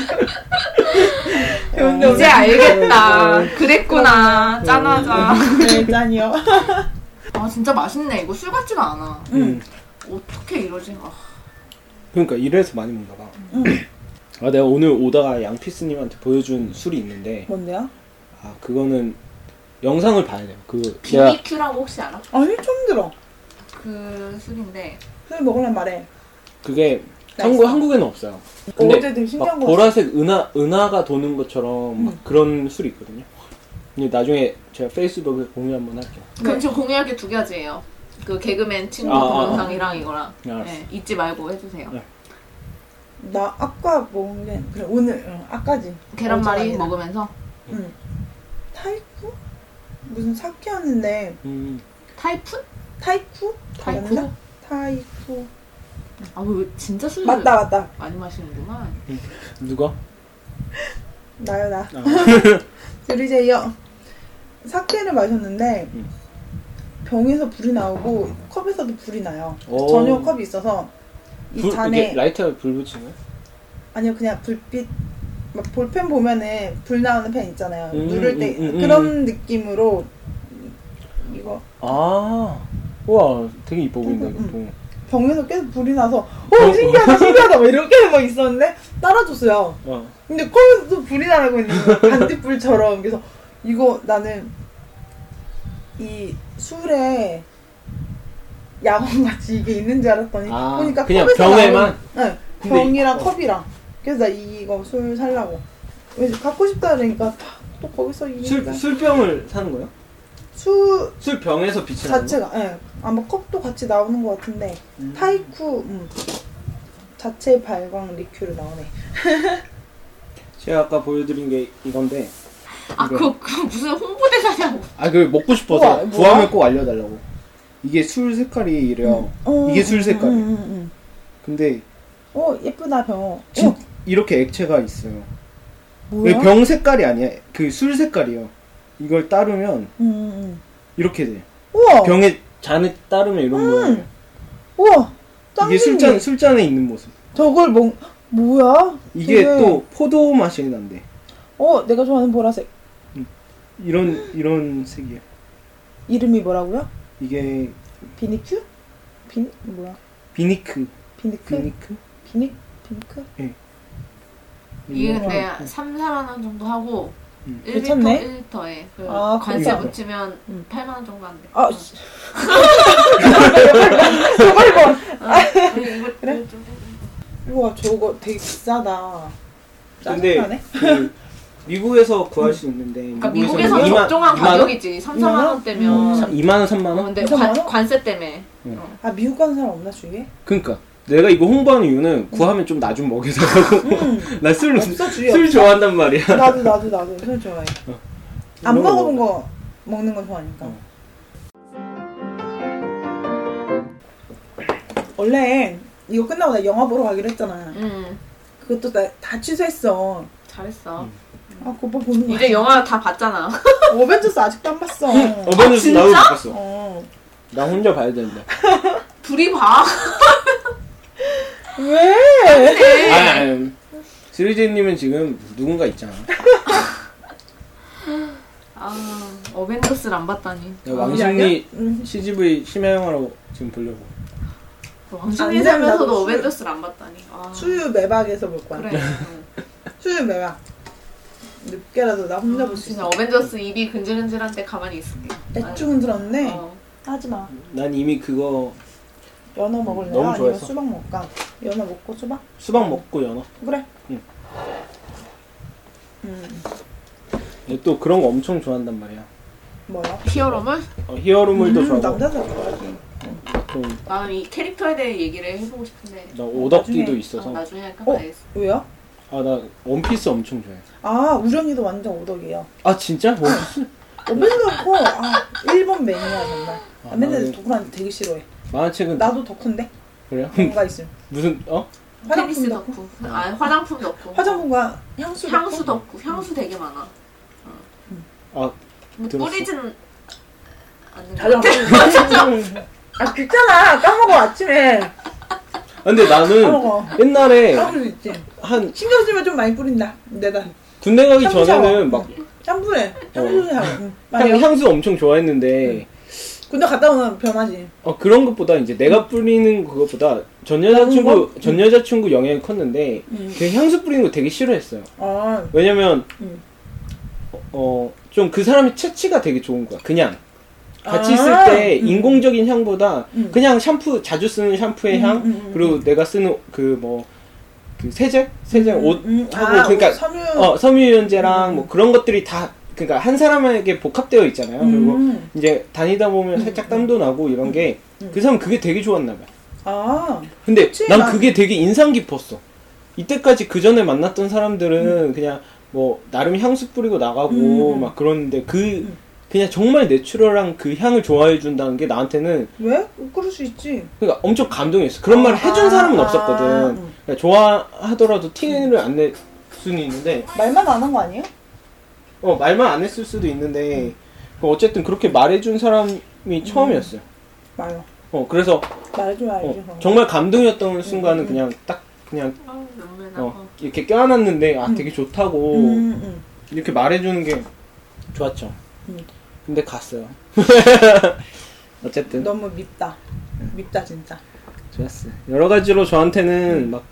B: 좀.
C: 이제 알겠다. 그랬구나. 짠하자.
B: 네, 짠이요.
D: 네.
C: 아 진짜 맛있네. 이거 술 같지가 않아.
D: 음.
C: 어떻게 이러지? 아.
D: 그러니까 이래서 많이 먹나 봐.
B: 음.
D: 아 내가 오늘 오다가 양피스님한테 보여준 술이 있는데
B: 뭔데요?
D: 아 그거는 영상을 봐야 돼요. 그 내가
C: BBQ라고 혹시 알아?
B: 아니, 좀 들어.
C: 그 술인데
B: 술 먹으려면 말해.
D: 그게
B: 나
D: 한국
B: 있어.
D: 한국에는 없어요.
B: 뭐 어제 되게 신기한
D: 막
B: 거
D: 보라색 은하 은하가 도는 것처럼 막
B: 음.
D: 그런 술이 있거든요. 근데 나중에 제가 페이스북에 공유 한번 할게요.
C: 그럼 지금 공유할 게 두 가지예요. 그 개그맨 친구
D: 아, 아,
C: 동영상이랑 이거랑
D: 네, 알았어.
C: 네, 잊지 말고 해주세요.
D: 네.
B: 나 아까 먹은 게 그래 오늘 응, 아까지
C: 계란말이
B: 어제 아니라.
C: 먹으면서
B: 응 타이쿠 무슨 사케였는데
D: 음,
C: 타이푼?
B: 타이쿠
C: 타이쿠?
B: 맞나? 타이쿠
C: 아왜 진짜 술을
B: 맞다 맞다
C: 많이 마시는구만.
D: 누가?
B: 나요 나
D: 아,
B: 그리고 이제 여, 사케를 마셨는데
D: 음.
B: 병에서 불이 나오고 컵에서도 불이 나요
D: 오.
B: 전용 컵이 있어서 이
D: 불,
B: 잔에
D: 이게 라이터에 불 붙인 거야?
B: 아니요 그냥 불빛 막 볼펜 보면은 불 나오는 펜 있잖아요
D: 음,
B: 누를 때
D: 음, 음, 음.
B: 그런 느낌으로 이거
D: 아, 우와, 되게 이뻐 보인다 이거.
B: 음,
D: 보면.
B: 병에서 계속 불이 나서 어 신기하다 신기하다 막 이렇게 막 있었는데 따라줬어요
D: 어,
B: 근데 거기서 불이 나고 있는 거야 반딧불처럼 그래서 이거 나는 이 술에 야광같이 이게 있는 줄 알았더니
D: 아,
B: 보니까
D: 그냥
B: 컵에서
D: 병에만?
B: 나오는, 네,
D: 근데
B: 병이랑
D: 이- 어.
B: 컵이랑 그래서 나 이거 술 살라고 그래서 갖고 싶다 그러니까 또 거기서 이
D: 술 술병을 사는 거야?
B: 술
D: 술병에서 빛이 나는 거야?
B: 자체가 예 아마 컵도 같이 나오는 것 같은데
D: 음.
B: 타이쿠 음. 자체 발광 리큐르 나오네.
D: 제가 아까 보여드린 게 이건데.
C: 아
D: 이거.
C: 그거 그 무슨 홍보대사냐고.
D: 아, 그 먹고 싶어서
B: 우와, 뭐야?
D: 구하면 꼭 알려달라고. 이게 술 색깔이 이래요. 이게 술 색깔.
B: 음, 음, 음.
D: 근데
B: 어 예쁘다 병. 어,
D: 진- 이렇게 액체가 있어요.
B: 뭐야?
D: 이게 병 색깔이 아니야. 그 술 색깔이요. 이걸 따르면
B: 음, 음, 음.
D: 이렇게 돼.
B: 우와. 음.
D: 병에 잔에 따르면 이런 모양.
B: 우와. 짱
D: 이게 술잔 술잔에 있는 모습.
B: 저걸 뭔 뭐야?
D: 이게
B: 되게-
D: 또 포도 맛이 난대.
B: 어 내가 좋아하는 보라색
D: 이런 이런 색이야.
B: 이름이 뭐라고요?
D: 이게
B: 비니큐? 비 뭐야?
D: 비니크.
B: 비니크? 비니
D: 비니크.
B: 비니 비니크?
C: 이게
D: 이거
C: 근데
D: 하나.
C: 3, 4만 원 정도 하고
D: 음.
C: 1리터,
B: 괜찮네.
C: 1리터에 그
B: 아,
C: 관세
D: 그래요?
C: 붙이면
B: 음.
C: 8만 원 정도 안 돼.
B: 아,
C: 어.
B: 씨. 저걸 봐.
C: 어, 이거
B: 그래?
C: 좀-
B: 우와 저거 되게 비싸다.
D: 근데
B: 짜증나네.
D: 그 미국에서 구할 수 있는데
C: 그러니까 미국에서
B: 이만-
C: 적정한
D: 원?
C: 가격이지. 3, 4만
B: 이만 원?
C: 원대면.
B: 음.
D: 2만 원, 3만
C: 어,
D: 원?
C: 근데
B: 이만
C: 관,
B: 원?
C: 관세 때문에. 어.
B: 아 미국 가는 사람 없나 주위에?
D: 그러니까 내가 이거 홍보하는 이유는 구하면 좀 나 좀 먹여달라고.
B: 음.
D: 나 술 술
B: 없어 주위에.
D: 좋아한단 말이야.
B: 나도 나도 나도 술 좋아해.
D: 어.
B: 안
D: 이런 거
B: 먹어본
D: 먹어.
B: 거 먹는 거 좋아하니까.
D: 어.
B: 원래 이거 끝나고 나 영화 보러 가기로 했잖아.
C: 음,
B: 그것도 다, 다 취소했어.
C: 잘했어.
D: 음.
B: 아 그거 보는 거.
C: 이제 영화 다 봤잖아.
B: 어벤져스 아직도 안 봤어. 아,
D: 어벤져스
C: 진짜?
D: 나도 못 봤어.
B: 어.
D: 나 혼자 봐야 되는데.
C: 둘이 봐.
B: 왜?
D: 아니, 아니. 스리제님은 지금 누군가 있잖아.
C: 아, 어벤져스를 안 봤다니.
D: 내가 왕십리
B: 응.
D: CGV 심야 영화로 지금 보려고.
C: 어, 왕중이 살면서도 어벤져스를 안 봤다니. 아,
B: 수유 매박에서 볼 거야.
C: 그래. 응.
B: 수유 매박. 늦게라도 나 혼자 볼 수
C: 진짜
B: 있어.
C: 어벤져스 입이 근질근질할 때 가만히 있을게. 아,
B: 대충 들었네.
C: 어.
B: 하지 마.
D: 난 이미 그거
B: 연어 먹을래요?
D: 너무
B: 아니면
D: 좋아해서.
B: 수박 먹을까? 연어 먹고 수박?
D: 수박 먹고 연어.
B: 그래.
D: 응.
B: 음.
D: 얘또 그런 거 엄청 좋아한단 말이야.
B: 뭐야?
C: 히어로물?
D: 어, 히어로물도
B: 음,
D: 좋아하고
B: 남자들 좋아하지.
D: 좀 나
C: 나는 이 캐릭터에 대해 얘기를 해보고 싶은데
D: 오덕기도
B: 나중에-
C: 아,
D: 있어서
C: 나중에 할까
B: 어?
C: 알겠어.
B: 왜요?
D: 아 나 원피스 엄청 좋아해.
B: 아 우정이도 완전 오덕이에요.
D: 아 진짜? 원피스?
B: 오빈도 없고 아 일본 매니아 정말.
D: 아,
B: 아, 맨날
D: 나는-
B: 누구한테 되게 싫어해.
D: 만화책은
B: 나도 덕후인데
D: 그래요?
B: 뭔가 있음.
D: 무슨 어?
B: 화장품
C: 테니스
B: 덕후.
C: 덕후. 아 화장품 덕후.
B: 화장품과 향수
C: 향수
B: 덕후?
C: 덕후. 향수 되게 많아.
D: 아
C: 뭐
D: 들었어.
C: 뿌리진 않는 거
B: 달라.
C: 같아.
B: 아 귀찮아 까먹어 아침에
D: 아, 근데 나는
B: 까먹어.
D: 옛날에
B: 까먹을 수 있지.
D: 한
B: 신경 쓰면 좀 많이 뿌린다. 내가
D: 군대 가기
B: 향수
D: 전에는
B: 샤워.
D: 막 어.
B: 샴푸해. 향수 샤워. 응. 맞아요.
D: 향, 향수 엄청 좋아했는데
B: 군대 갔다 오면 변하지.
D: 어, 그런 것보다 이제 내가 뿌리는 그것보다 전
B: 음. 나는 뭐?
D: 여자친구 전 여자친구 영향이 컸는데
B: 음.
D: 그 향수 뿌리는 거 되게 싫어했어요.
B: 아
D: 왜냐면
B: 음.
D: 어 좀 그 사람의 체취가 되게 좋은 거야. 그냥 같이
B: 아,
D: 있을 때
B: 음.
D: 인공적인 향보다
B: 음.
D: 그냥 샴푸 자주 쓰는 샴푸의
B: 음,
D: 향
B: 음, 음,
D: 그리고 내가 쓰는 그 뭐 그 세제 세제
B: 음,
D: 옷
B: 음.
D: 하고
B: 아,
D: 그러니까
B: 옷, 섬유.
D: 어 섬유유연제랑
B: 음.
D: 뭐 그런 것들이 다 그러니까 한 사람에게 복합되어 있잖아요. 그리고
B: 음.
D: 이제 다니다 보면 살짝 땀도 나고 이런 게
B: 음.
D: 그 사람 그게 되게 좋았나 봐요.
B: 아
D: 근데
B: 그치,
D: 난
B: 난-
D: 그게 되게 인상 깊었어. 이때까지 그 전에 만났던 사람들은 그냥 뭐 나름 향수 뿌리고 나가고
B: 음, 음.
D: 막 그러는데 그 그냥 정말 내추럴한 그 향을 좋아해 준다는 게 나한테는
B: 왜? 그럴 수 있지.
D: 그러니까 엄청 감동했어. 그런 말을 해준
B: 아,
D: 사람은
B: 아,
D: 없었거든.
B: 음.
D: 그러니까 좋아하더라도 티를 안 낼 수는 있는데
B: 말만 안 한 거 아니에요?
D: 어 말만 안 했을 수도
B: 음.
D: 있는데 그 어쨌든 그렇게 말해준 사람이 처음이었어요.
B: 말요.
D: 어 그래서
B: 말좀
D: 어,
B: 알지. 어,
D: 정말 감동이었던
B: 음.
D: 순간은 그냥 딱 그냥
C: 아, 눈물 나고.
D: 어, 이렇게 껴안았는데 아 되게 좋다고
B: 음, 음.
D: 이렇게 말해주는 게 좋았죠.
B: 음.
D: 근데 갔어요. 어쨌든
B: 너무 밉다.
D: 네.
B: 밉다 진짜.
D: 좋았어요. 여러 가지로 저한테는 막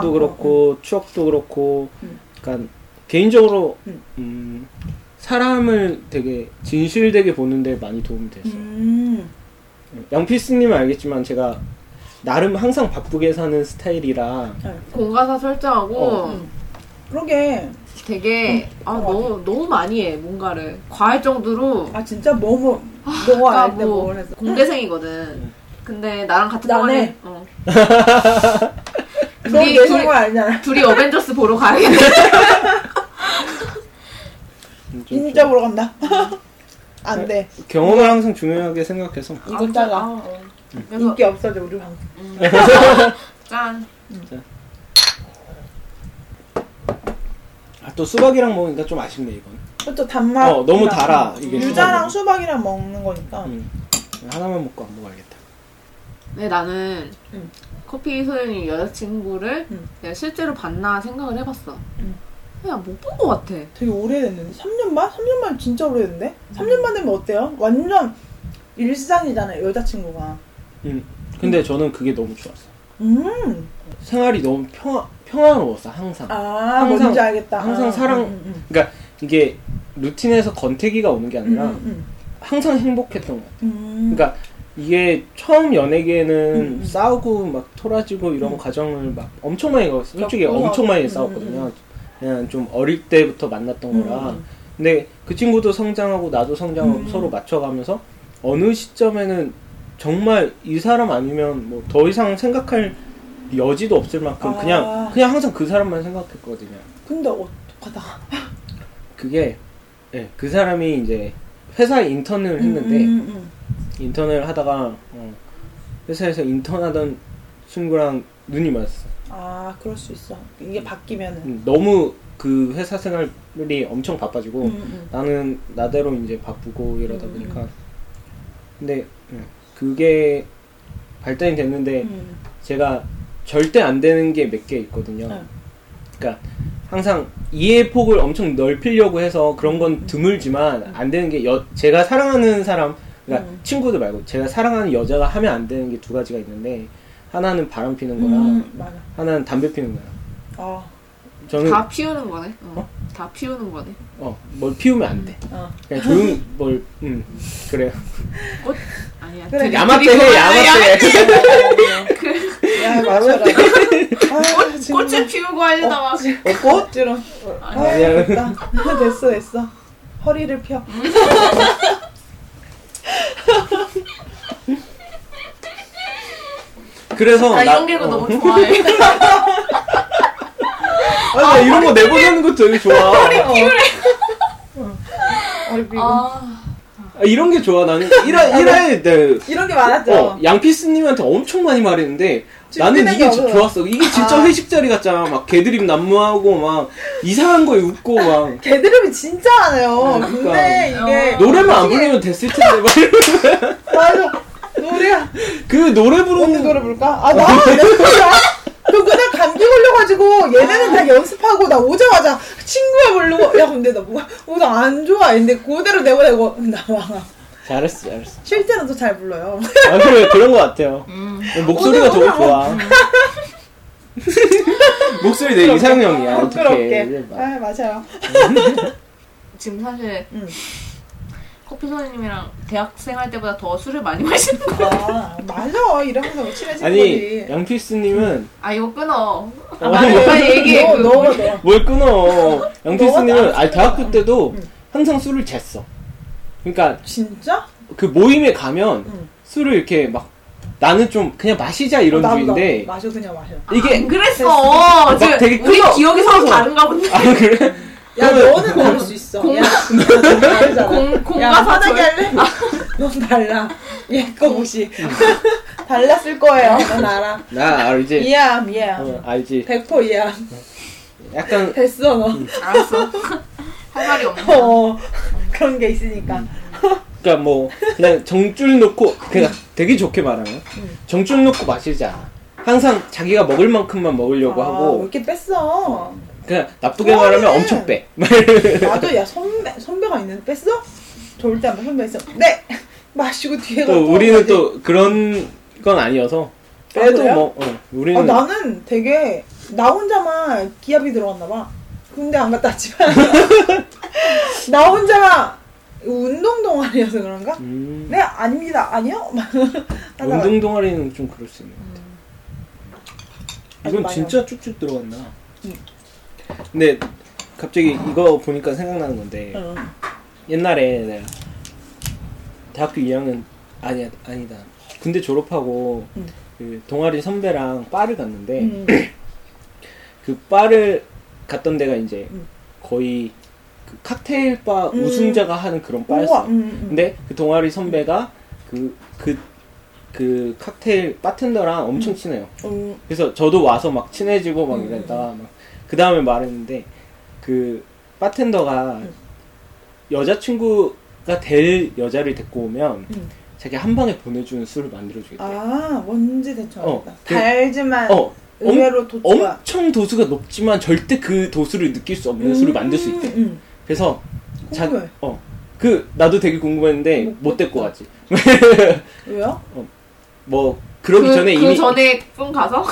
B: 음. 추억도
D: 그렇고 추억도 그렇고
B: 음.
D: 약간 개인적으로
B: 음.
D: 음, 사람을 되게 진실되게 보는데 많이 도움이 됐어요. 예,
B: 음.
D: 양피스님은 알겠지만 제가 나름 항상 바쁘게 사는 스타일이라
C: 공과사 설정하고
D: 어.
B: 그러게.
C: 되게 아 너무 너무 많이 해 뭔가를 과할 정도로
B: 아 진짜 어, 뭐뭐 너가
C: 아까
B: 알때
C: 뭐
B: 뭘 해서.
C: 공대생이거든. 근데 나랑 같은
B: 나네.
C: 반에 어.
B: 너
C: 우리
B: 내
C: 둘이-
B: 정말 알잖아.
C: 둘이 어벤져스 보러 가야겠네.
D: 좀 좀-
B: 진짜 보러 간다.
D: 음.
B: 안 돼.
D: 경험을 항상 중요하게 생각해서
B: 이건 잘라.
C: 아, 어. 그래서
B: 인기 없어져 우리 방.
C: 짠.
D: 아, 또 수박이랑 먹으니까 좀 아쉽네 이건.
B: 그렇죠 단맛.
D: 어, 너무 달아, 이게
B: 유자랑
D: 수박은.
B: 수박이랑 먹는 거니까.
D: 음. 하나만 먹고 안 먹어야겠다.
C: 근데 나는
B: 음.
C: 커피 소연이 여자친구를
B: 음.
C: 내가 실제로 봤나 생각을 해봤어.
B: 음.
C: 그냥 못 본 것 같아.
B: 되게 오래됐는데 3년 반? 3년 반 진짜 오래됐는데? 3년 반 되면 어때요? 완전 일상이잖아요 여자친구가
D: 음. 근데 저는 그게 너무 좋았어.
B: 음아
D: 생활이 너무 평화 평화로웠어 항상. 항상-
B: 아, 뭔지 알겠다
D: 항상
B: 아,
D: 사랑- 그러니까 이게 루틴에서 건태기가 오는 게 아니라
B: 음,
D: 항상 행복했던 거야.
B: 음.
D: 그러니까 이게 처음 연애기에는
B: 음.
D: 싸우고 막 토라지고 이런 과정을 막 엄청 많이 겪었어. 솔직히
B: 겪어서.
D: 엄청 많이
B: 음,
D: 싸웠거든요. 그냥 좀 어릴 때부터 만났던 거라.
B: 음.
D: 근데 그 친구도 성장하고 나도 성장하고
B: 음.
D: 서로 맞춰가면서 어느 시점에는 정말 이 사람 아니면 뭐 더 이상 생각할 여지도 없을 만큼
B: 아.
D: 그냥 그냥 항상 그 사람만 생각했거든요.
B: 근데 어떡하다
D: 그게 예, 그 사람이 이제 회사에 인턴을 했는데
B: 음, 음,
D: 인턴을 하다가 어, 회사에서 인턴하던 친구랑 눈이 맞았어.
B: 음. 아 그럴 수 있어 이게 바뀌면은
D: 음, 너무 그 회사 생활이 엄청 바빠지고
B: 음, 음.
D: 나는 나대로 이제 바쁘고 이러다
B: 음.
D: 보니까 근데 음, 그게 발단이 됐는데
B: 음.
D: 제가 절대 안 되는 게 몇 개 있거든요.
B: 네.
D: 그러니까 항상 이해 폭을 엄청 넓히려고 해서 그런 건
B: 음.
D: 드물지만 안 되는 게 여, 제가 사랑하는 사람, 그러니까
B: 음.
D: 친구들 말고 제가 사랑하는 여자가 하면 안 되는 게 두 가지가 있는데 하나는 바람 피는 거랑
B: 음, 맞아.
D: 하나는 담배 피는 거야.
B: 어,
D: 저는
C: 다 피우는 거네. 어. 다 피우는 거네.
D: 어, 뭘 피우면 안 돼.
B: 어.
D: 그냥 조용히 뭘 음. 그래요.
C: 꽃 아니야.
B: 그래,
C: 드리-
D: 야마 때
C: 드리블-
D: 해. 야마 때.
B: 야, 말로 라 아,
C: 꽃을 피우고 하려다 가
B: 어, 꽃? 이런. 아,
C: 아니야.
B: 됐다. 됐어, 됐어. 허리를 펴.
D: 그래서
C: 나 아, 이런 개그
D: 어.
C: 너무 좋아해.
D: 아니, 나 이런 거 내보내는 것도 되게 좋아.
C: 어.
B: 허리 펴고.
C: 아,
D: 아, 이런 게 좋아. 나는 1화 1화에 내
B: 이런 게 많았죠.
D: 어, 양피스님한테 엄청 많이 말했는데
B: 준비된
D: 나는
B: 게
D: 이게 지-
B: 없어요.
D: 좋았어. 이게 진짜
B: 아.
D: 회식 자리 같잖아. 막 개드립 난무하고 막 이상한 거에 웃고 막
B: 개드립이 진짜 많아요.
D: 그러니까.
B: 근데
C: 어.
B: 이게.
D: 노래만 안 부르면 됐을 텐데 막 이러면서
B: 맞아. 노래야.
D: 그 노래
B: 언니
D: 부르는
B: 노래 부를까? 아, 나!
D: 어.
B: 내 노래야? 그 그날 감기 걸려가지고 얘네는 다 연습하고 나 오자마자 친구야 부르고 야 근데 나 뭐가 뭐나안 좋아 근데 그대로 내보내고 음, 나와
D: 잘했어 잘했어.
B: 쉴 때는 또 잘 불러요
D: 아 그래 그런 거 같아요.
C: 음.
D: 목소리가
B: 오늘,
D: 되게 좋아. 목소리 내 이상형이야. 어떻게?
B: 부끄럽게 아 맞아요
C: 지금 사실
B: 음.
C: 커피 선생님이랑 대학생 할 때보다 더 술을 많이 마시는 거.
B: 아 맞아 이러면서 친해진
D: 아니
B: 거지
D: 양피스님은
C: 아 이거 끊어. 아,
D: 어.
C: 빨리 빨리 얘기해.
B: 너,
C: 그-
B: 너가 너
D: 뭘 끊어? 양피스님은
B: 너가
D: 아 대학교 때도
B: 응.
D: 항상 술을 쟀어. 그러니까
B: 진짜?
D: 그 모임에 가면
B: 응.
D: 술을 이렇게 막 나는 좀 그냥 마시자 이런
B: 어, 나도, 나도.
D: 주인데
B: 마셔 그냥 마셔
D: 이게
C: 안 그랬어. 아, 지금
D: 되게
C: 우리
D: 끊어.
C: 기억이 서로
D: 끊어서.
C: 다른가 본데.
D: 아 그래?
B: 야
D: 그러면-
B: 너는 다를 수 있어
C: 공-
B: 야, 너는 다르잖아.
C: 공-
B: 야
C: 공과 사
B: 화나게 할래? 넌 달라 얘 거 혹시 달랐을 거예요 넌 알아
D: 나 알지.
B: 이해함 이해함
D: 음. 네. 어, 음. 알지.
B: 100% 이해함
D: 약간
B: 됐어 너
D: 음.
C: 알았어. 할 말이 없네.
B: 어, 그런 게 있으니까
D: 그러니까 뭐 그냥 정줄 놓고 그냥 되게 좋게 말하면 정줄 놓고 마시자. 항상 자기가 먹을 만큼만 먹으려고
B: 아, 왜
D: 하고
B: 이렇게 뺐어
D: 그냥 나쁘게 말하면
B: 좋아해.
D: 엄청 빼.
B: 나도 야 선배 선배가 있는데 뺐어? 저올 때 한번 선배 있어 네 마시고 뒤에
D: 또
B: 가서
D: 우리는
B: 가지.
D: 또 그런 건 아니어서
B: 아,
D: 그래도
B: 그래요?
D: 뭐 어, 우리는
B: 아, 나는 되게 나 혼자만 기합이 들어갔나 봐 군대 안 갔다 왔지만 나 혼자만 운동 동아리여서 그런가?
D: 음,
B: 네 아닙니다 아니요 막 하다가
D: 운동 동아리는 좀 그럴 수 있는 것 같아.
B: 아주
D: 이건
B: 많이
D: 진짜 쭉쭉 들어갔나?
B: 응.
D: 근데 갑자기 이거 보니까 생각나는 건데
B: 응.
D: 옛날에 내가 대학교 2학년 아니야 아니다 군대 졸업하고
B: 응.
D: 그 동아리 선배랑 바를 갔는데
B: 음.
D: 그 바를 갔던 데가 이제
B: 음.
D: 거의 그 칵테일 바
B: 음.
D: 우승자가 하는 그런
B: 우와,
D: 바였어.
B: 음, 음.
D: 근데 그 동아리 선배가 그 그, 그 칵테일 바텐더랑 엄청 친해요.
B: 음,
D: 그래서 저도 와서 막 친해지고 막 이랬다가 막그 다음에 말했는데 그 바텐더가
B: 음.
D: 여자친구가 될 여자를 데리고 오면
B: 음.
D: 자기 한 방에 보내주는 술을 만들어주겠다.
B: 아 뭔지 대충
D: 어,
B: 알겠다
D: 그-
B: 달지만
D: 어, 엄-
B: 의외로 도수가
D: 엄청 도수가 높지만 절대 그 도수를 느낄 수 없는 술을 만들 수 있대.
B: 음,
D: 그래서 자,
B: 궁금해. 뭐,
D: 어, 그 나도 되게 궁금했는데
B: 못
D: 못 데리고 왔지.
B: 음. 왜요?
D: 뭐 그러기
C: 그,
D: 전에
C: 그
D: 이미
C: 전에 어, 좀 가서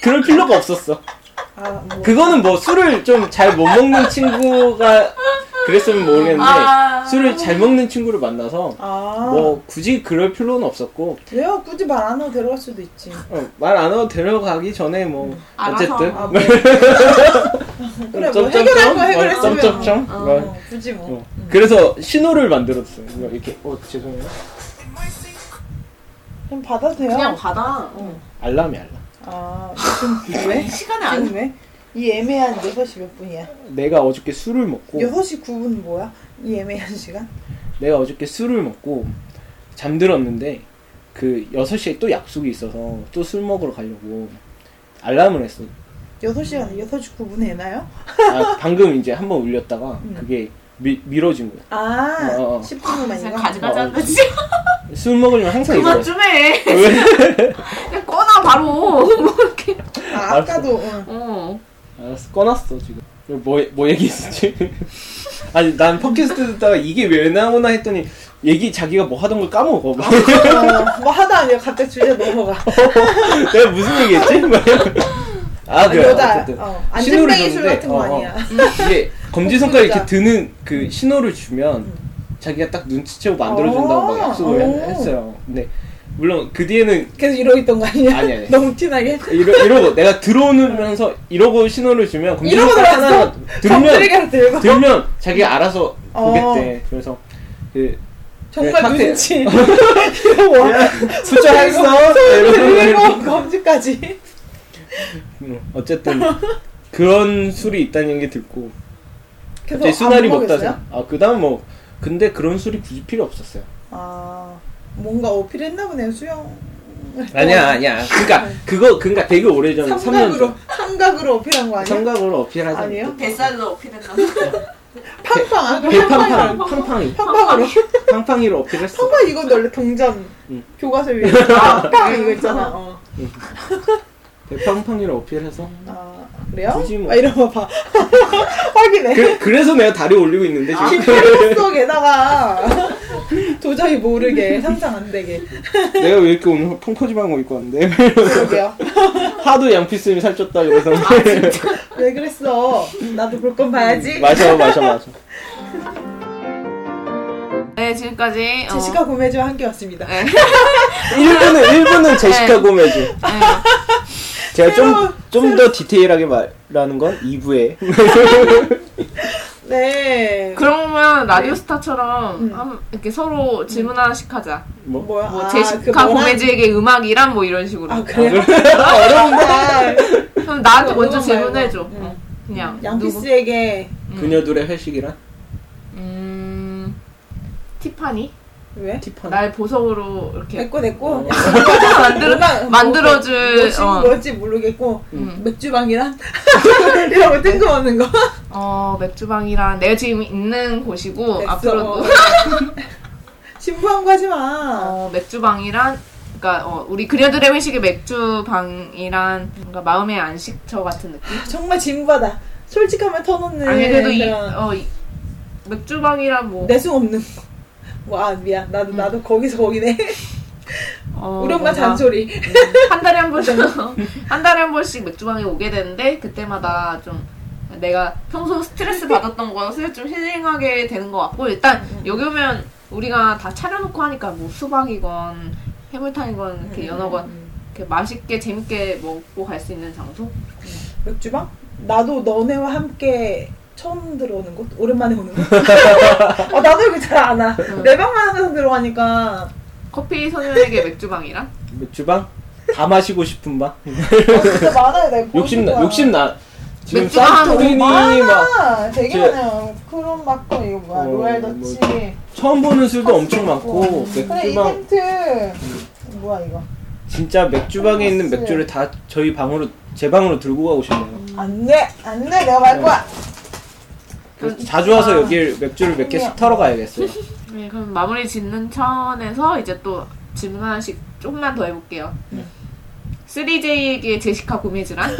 D: 그럴 필요가 없었어.
B: 아, 뭐.
D: 그거는 뭐 술을 좀 잘 못 먹는 친구가 그랬으면 모르겠는데
C: 아.
D: 술을 잘 먹는 친구를 만나서
B: 아,
D: 뭐 굳이 그럴 필요는 없었고 어,
B: 왜요? 굳이 말 안 하고 데려갈 수도 있지.
D: 아, 말 안 하고 데려가기 전에 뭐
C: 알아서.
D: 어쨌든
B: 아, 뭐. 그래, 뭐
D: 점점점,
B: 해결할 거
D: 뭐
B: 해결했으면.
D: 점점점
C: 어.
D: 뭐,
B: 어, 굳이 뭐.
D: 어. 그래서 신호를 만들었어요 이거 이렇게 어 죄송해요
B: 그럼 받아도 돼요?
C: 그냥 어. 받아.
D: 알람이 알람
B: 아, 지금 왜?
C: 시간에 안
B: 지금 왜? 이 애매한 6시 몇 분이야?
D: 내가 어저께 술을 먹고
B: 6시 9분 뭐야? 이 애매한 시간?
D: 내가 어저께 술을 먹고 잠들었는데 그 6시에 또 약속이 있어서 또 술 먹으러 가려고 알람을 했어
B: 6시간, 6시 9분에 해나요?
D: 아, 방금 이제 한번 울렸다가
B: 음.
D: 그게 미, 미뤄진 거야.
B: 아,
D: 어, 어.
B: 10분만
C: 그냥
B: 이거?
C: 가져가자.
D: 어. 술 먹으려면 항상 이거.
C: 그만 좀 해.
D: 왜?
C: 그냥 꺼놔 바로. 뭐 이렇게.
B: 아, 아까도. 응.
C: 어.
D: 알았어, 꺼놨어 지금. 뭐 뭐 얘기했었지? 아니 난 팟캐스트 듣다가 이게 왜 나오나 했더니 얘기 자기가 뭐 하던 걸 까먹어. 막.
B: 어, 뭐 하다 아니야 갑자기 주제 넘어가.
D: 내가 무슨 얘기했지? 막 이러고. 아 그래.
B: 여자
D: 어쨌든.
B: 어,
D: 신호를
B: 안전뱅이 술
D: 줬는데,
B: 같은 거
D: 어, 어.
B: 아니야.
D: 이게 검지 손가락 이렇게
B: 복수자.
D: 드는 그 신호를 주면 자기가 딱 눈치채고 만들어준다고
B: 아,
D: 막 약속을
B: 오.
D: 했어요. 근데 물론 그 뒤에는
B: 계속 이러고 있던 거 아니야?
D: 아니, 아니.
B: 너무 티나게.
D: 이러, 이러고 내가 들어오면서 이러고 신호를 주면 검지
B: 이러고
D: 손가락
B: 들어왔어?
D: 하나 들면
B: 정수리가 들고.
D: 들면 자기가 알아서
B: 어.
D: 보겠대. 그래서 그
B: 정말
D: 칵테일.
B: 눈치. 이러고 와.
D: 숫자 했어. 이러고
B: 그리고 뭐 검지까지.
D: 음, 어쨌든 그런 술이 있다는 게 듣고
B: 계속
D: 갑자기 수나리
B: 안
D: 먹다
B: 먹겠어요?
D: 아 그다음 뭐 근데 그런 술이 굳이 필요 없었어요.
B: 아 뭔가 어필했나 보네 수영.
D: 아니야 아니야. 그러니까 그거 그러니까 되게 오래 전에 3년
B: 삼각으로
D: 전
B: 삼각으로 어필한 거 아니야?
D: 삼각으로 어필하자.
B: 아니에요?
C: 뱃살도 어필했나?
B: 팡팡
D: 배팡팡 팡팡이
B: 팡팡으로.
D: 팡팡이로 어필했어.
B: 팡팡 이건 원래 동전
D: 응. 아,
B: 교과서 위에 팡팡 이거 있잖아. 어.
D: 배팡팡이로 어필해서
B: 아 그래요?
D: 굳이 뭐.
B: 아 이런 거 봐. 확인해.
D: 그, 그래서 내가 다리 올리고 있는데
B: 네. 아,
D: 지금
B: 그 속에다가 도저히 모르게 상상 안 되게
D: 내가 왜 이렇게 오늘 펑퍼짐한 거 입고 왔는데
B: 그러게요.
D: 하도 양피스미 살쪘다 그래서
B: 왜 그랬어? 나도 볼 건 봐야지.
D: 마셔 마셔 마셔.
C: 네 지금까지 어,
B: 제시카 고메즈와 함께였습니다.
D: 아.
C: 네.
D: 일부는 일부는 제시카
C: 네.
D: 고메즈.
C: 네.
D: 제가 좀
B: 새로운-
D: 좀 더 디테일하게 말하는 건 2부에
B: 네.
C: 그러면 라디오스타처럼
B: 음.
C: 한- 이렇게 서로 질문 하나씩 하자.
D: 뭐
B: 뭐야?
C: 뭐
B: 아, 그
C: 제시카
B: 뭐라-
C: 고메즈에게 음악이란 뭐 이런 식으로.
B: 아 그래요? 아,
D: 어려운데
C: 그럼 나한테
B: 그거
C: 먼저
B: 말고.
C: 질문해줘.
B: 응.
C: 어, 그냥 누구?
B: 양피스에게
D: 그녀들의 회식이란
C: 음 티파니?
B: 왜?
D: 티파니
C: 날 보석으로 이렇게
B: 됐고 됐고.
C: 어. 만들어
B: 뭐가-
C: 만들어줄
B: 뭐지
C: 어,
B: 뭐지 모르겠고
C: 음.
B: 맥주방이란 이런 거 뜬금없는 거.
C: 어, 맥주방이랑 내가 지금 있는 곳이고 어,
B: 어.
C: 앞으로도
B: 신부한 거 하지 마.
C: 어, 맥주방이란 그러니까 어, 우리 그녀들의 회식의 맥주방이란 뭔가 마음의 안식처 같은 느낌.
B: 정말 진부하다. 솔직하면 터놓는
C: 아니 그래도 이,
B: 네, 그런 네,
C: 어, 이 맥주방이란 뭐
B: 내숭 없는. 뭐아 미안 나도 나도 거기서 거기네.
C: 음. 어,
B: 우리 엄마
C: 뭔가
B: 잔소리.
C: 한 달에 한 번씩 한 달에 한 번씩 맥주방에 오게 되는데 그때마다 좀 내가 평소 스트레스 받았던 것을 좀 힐링하게 되는 것 같고 일단 여기 오면 우리가 다 차려놓고 하니까 뭐 수박이건 해물탕이건 이렇게 연어건 이렇게 맛있게 재밌게 먹고 갈 수 있는 장소
B: 맥주방? 나도 너네와 함께 처음 들어오는 곳? 오랜만에 오는 곳? 어, 나도 여기 잘 안 와.
D: 어.
B: 내 방만 항상 들어가니까.
C: 커피 소년에게 맥주방이랑
D: 맥주방 다 마시고 싶은 방
B: 어, 진짜 많아요, 내가. 보고
D: 욕심
B: 싶은
D: 나
B: 거야.
D: 욕심 나 지금
C: 맥주방 한
D: 산토리니 막
B: 아, 되게
D: 이제-
B: 많아요. 크롬 막고, 이거 뭐야,
D: 어,
B: 로얄더치. 어.
D: 처음 보는 술도 엄청
C: 어,
D: 많고
B: 그래, 이
D: 맥주방 음.
B: 텐트. 뭐야, 이거.
D: 진짜 맥주방에 있는 맥주를 다 저희 방으로 제 방으로 들고 가고 싶네요.
B: 안 돼! 안 돼! 내가 말 거야!
D: 그래서
C: 아,
D: 자주 와서 여기 맥주를 몇 개씩 털어 가야겠어요. 아,
C: 네, 그럼 마무리 짓는 차원에서 이제 또 질문 하나씩 조금만 더 해볼게요. 3J에게 제시카 고메즈란?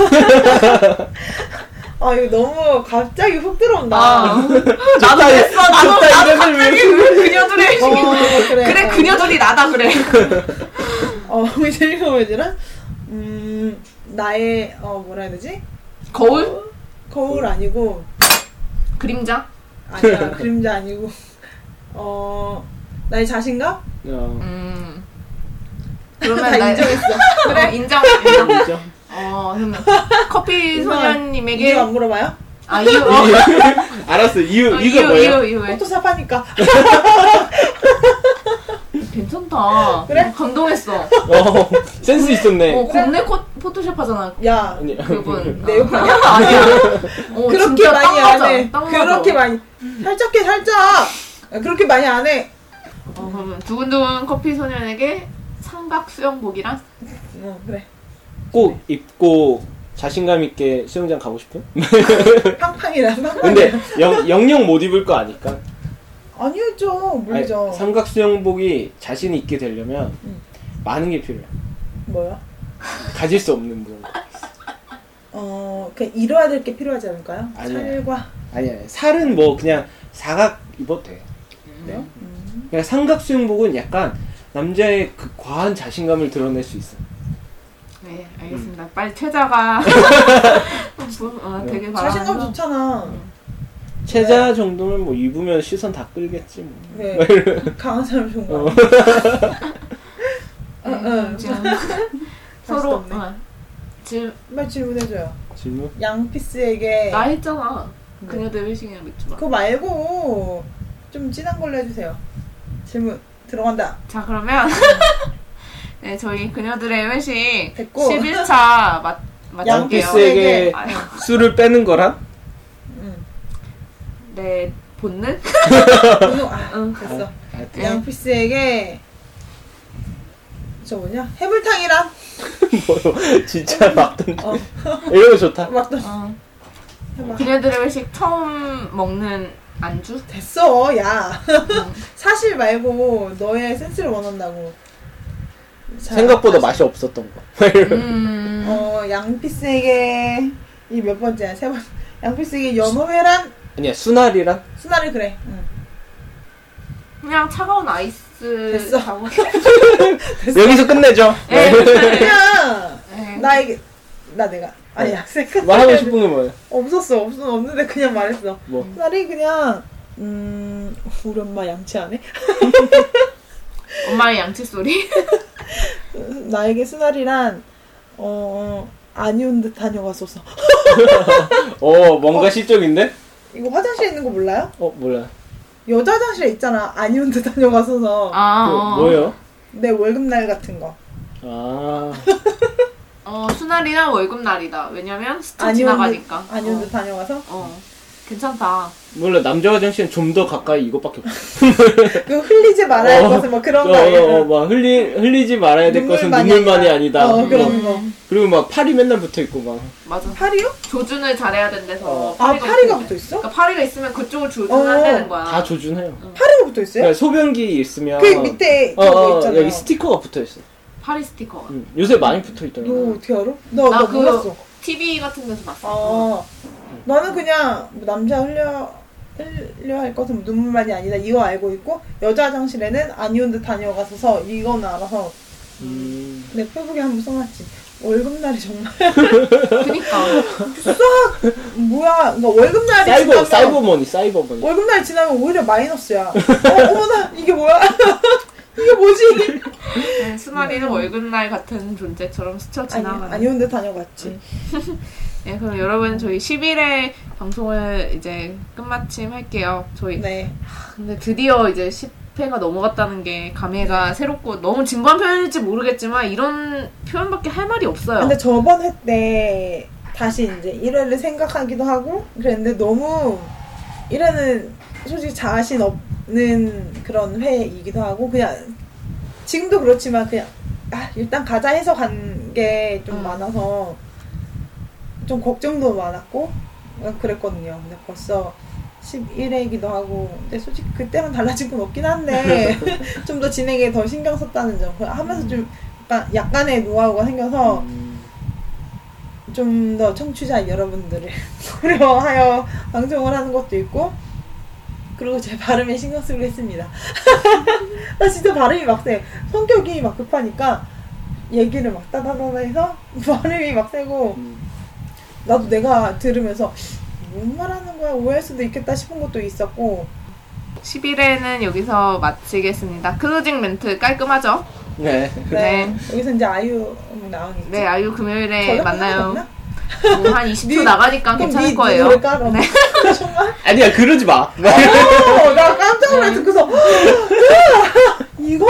B: 아, 이거 너무 갑자기 훅 들어온다.
C: 아, 나도
D: 좋다,
C: 했어. 나도
D: 좋다,
C: 나도
D: 이름을 왜
C: 갑자기 그녀들의
B: 어,
C: 회식이
B: 그래.
C: 그래
B: 어.
C: 그녀들이 나다 그래.
B: 어, 제일 거물지란? 음, 나의, 어, 뭐라 해야 되지?
C: 거울
B: 거울 아니고,
C: 그림자.
B: 아니야 그림자 아니고 어 나의 자신감?
D: 어,
C: 음.
B: 다
C: 그러면 나
B: 인정했어.
C: 그래 인정 인정.
D: 그죠?
C: 어 그러면 커피
B: 이거
C: 소년님에게
B: 이유 안 물어봐요?
C: 아 이유 어,
D: 알았어. 이유
C: 어,
D: 이거
C: 이유
D: 뭐예요?
C: 이유 이유 왜?
B: 포토샵 하니까
C: 괜찮다.
B: 그래?
C: 감동했어.
D: 어, 센스
C: 어
D: 있었네.
C: 국내 코, 포토샵 하잖아. 그
B: 야
D: 아니,
C: 그분
B: 내 욕 아니야?
C: 아니야. 어,
B: 그렇게
C: 진짜
B: 많이
C: 딱 맞아,
B: 안해
C: 딱 맞아.
B: 그렇게 많이 살짝해 살짝 아, 그렇게 많이 안해
C: 어, 그러면 두근두근 커피 소년에게 삼각 수영복이랑
B: 어 그래
D: 꼭 입고 자신감 있게 수영장 가고 싶은?
B: 팡팡이라 팡팡
D: 근데 영, 영영 못 입을 거 아니까.
B: 아니죠
D: 아니,
B: 물죠
D: 삼각 수영복이 자신 있게 되려면
B: 응.
D: 많은 게 필요해.
B: 뭐야?
D: 가질 수 없는 거.
B: 어 그냥 이뤄야 될 게 필요하지 않을까요?
D: 아니에요.
B: 살과
D: 아니 아니 살은 뭐 그냥 사각 입어도 돼. 네.
B: 음,
D: 그러니까 삼각 수영복은 약간 남자의 그 과한 자신감을 드러낼 수 있어.
C: 네,
B: 음.
C: 알겠습니다. 빨리 최자가 뭐, 어,
B: 네.
C: 되게
B: 자신감
C: 바라면서
B: 좋잖아.
D: 체자 정도는 뭐 입으면 시선 다 끌겠지 뭐.
B: 네. 강한 사람 좋은 거.
D: 어.
B: 같아.
C: 네,
B: 응,
C: 진짜.
B: 맛있다,
C: 서로
B: 언니.
C: 어, 지금
B: 말 질문해줘요.
D: 질문?
B: 양피스에게
C: 나 했잖아.
B: 네.
C: 그녀들 회식이랑 맥주 마.
B: 그거 말고 좀 진한 걸로 해주세요. 질문 들어간다.
C: 자 그러면 네 저희 그녀들의 회식
B: 됐고.
C: 11차 맛 맞을게요. 아,
B: 양피스의-
D: 양키스에게 술을 빼는 거랑
B: 응.
C: 내 네, 본능?
B: 오늘 아
C: 응.
B: 됐어.
D: 아,
C: 네.
B: 양피스에게 저 뭐냐 해물탕이랑
D: 뭐요? 진짜 막 던져.
B: 어.
D: 이런 거 좋다.
B: 막도
C: 어.
B: 해봐.
C: 그녀들의 회식 처음 먹는 안주?
B: 됐어 야 사실 말고 너의 센스를 원한다고. 자,
D: 생각보다 맛이 없었던 거.
C: 음.
B: 어 양피스에게 이 몇 번째야 세 번. 양피스에게 연어회랑
D: 아니야 순알이랑
B: 순나를 그래. 응.
C: 그냥 차가운 아이스
B: 됐어.
C: 자고
D: 여기서 끝내죠.
C: 네.
B: 그냥
C: 네.
B: 나에게 나 내가 아니 약생
D: 어. 말하고 싶은 게 뭐예요?
B: 없었어 없어 없는데 그냥 말했어
D: 뭐
B: 나를 그냥 음 우리 엄마 양치 안 해?
C: 엄마의 양치 소리
B: 나에게 수날이란 어 아니온 듯 다녀가소서
D: 어, 뭔가 실적인데?
B: 이거 화장실에 있는 거 몰라요?
D: 어, 몰라.
B: 여자 화장실에 있잖아 아니온 듯 다녀가소서
C: 아
D: 그,
C: 어.
D: 뭐예요?
B: 내 월급날 같은 거
D: 아,
C: 어 수날이나 월급날이다 왜냐면 스쳐
B: 아니온 듯
C: 지나가니까
B: 아니온
C: 어.
B: 듯 다녀가서
C: 어 괜찮다
D: 몰라. 남자 화장실은 좀 더 가까이 이것밖에 없어.
B: 그 흘리지 말아야 할
D: 어,
B: 것은 뭐 그런 거 아니야?
D: 어, 어, 막 흘리, 흘리지 말아야 될 것은 눈물만이 아니다.
B: 어
D: 뭐.
B: 그런 거
D: 그리고 막 팔이 맨날 붙어 있고 막.
C: 맞아
B: 파리요?
C: 조준을 잘해야 된대서
D: 어.
B: 아 파리가
C: 붙어있대.
B: 붙어 있어?
C: 그러니까 파리가 있으면 그쪽을
B: 어.
C: 조준해야 되는 거야
D: 다 조준해요.
B: 파리가 붙어 있어요?
D: 그러니까 소변기 있으면
B: 네? 그 밑에
D: 어,
B: 저거
D: 어,
B: 있잖아요.
D: 여기 스티커가 붙어 있어.
C: 파리 스티커
D: 응. 요새 많이 붙어
B: 너
D: 있더라고.
B: 어떻게 알아? 나, 나,
C: 나 그거-
B: 몰랐어.
C: TV 같은 데서 봤어
B: 아, 나는 그냥 뭐 남자 흘려 흘려 할 것은 뭐 눈물만이 아니다 이거 알고 있고 여자 화장실에는 아니온 듯 다녀가서 이건 알아서
D: 음.
B: 내 페북에 한번 써놨지. 월급날이 정말
C: 그니까
B: 뭐야? 그러니까 월급날이
D: 사이버
B: 지나면
D: 사이버머니 사이버머니.
B: 월급날 지나면 오히려 마이너스야. 어, 어머나 이게 뭐야? 이게 뭐지?
C: 네, 수날이는 월급날 같은 존재처럼 스쳐
B: 음. 아니
C: 지나가는
B: 아니온 듯 다녀갔지.
C: 음. 네, 그럼 여러분 저희 10일에 방송을 이제 끝마침 할게요 저희
B: 네.
C: 근데 드디어 이제 10회가 넘어갔다는 게
B: 네.
C: 감회가 새롭고 너무 진부한 표현일지 모르겠지만 이런 표현밖에 할 말이 없어요
B: 근데 저번 회 때 다시 이제 1회를 생각하기도 하고 그랬는데 너무 1회는 솔직히 자신 없는 그런 회이기도 하고 그냥 지금도 그렇지만 그냥 아, 일단 가자 해서 간 게 좀
C: 음.
B: 많아서 좀 걱정도 많았고 그랬거든요. 근데 벌써 11회이기도 하고 근데 솔직히 그때랑 달라진 건 없긴 한데 좀 더 진행에 더 신경 썼다는 점 하면서
C: 음.
B: 좀 약간, 약간의 노하우가
C: 어.
B: 생겨서
D: 음.
B: 좀 더 청취자 여러분들을 고려하여 방송을 하는 것도 있고 그리고 제 발음에 신경 쓰고 했습니다. 나 진짜 발음이 막 세. 성격이 막 급하니까 얘기를 막 따다다다 해서 발음이 막 세고
D: 음.
B: 나도 내가 들으면서 뭔 말하는 거야 오해할 수도 있겠다 싶은 것도 있었고
C: 10일에는 여기서 마치겠습니다 클로징 멘트 깔끔하죠?
D: 네.
B: 네,
C: 네.
B: 여기서 이제 아이유 나오겠지?
C: 네 아유 금요일에
B: 저녁
C: 만나요
B: 하나
C: 뭐한 20초
B: 네.
C: 나가니까
B: 그럼
C: 괜찮을
B: 네
C: 거예요.
B: 노래 깔아. 정말?
D: 아니야 그러지 마.
B: 어, 나 깜짝 놀랐어. 그래서 아, 이거?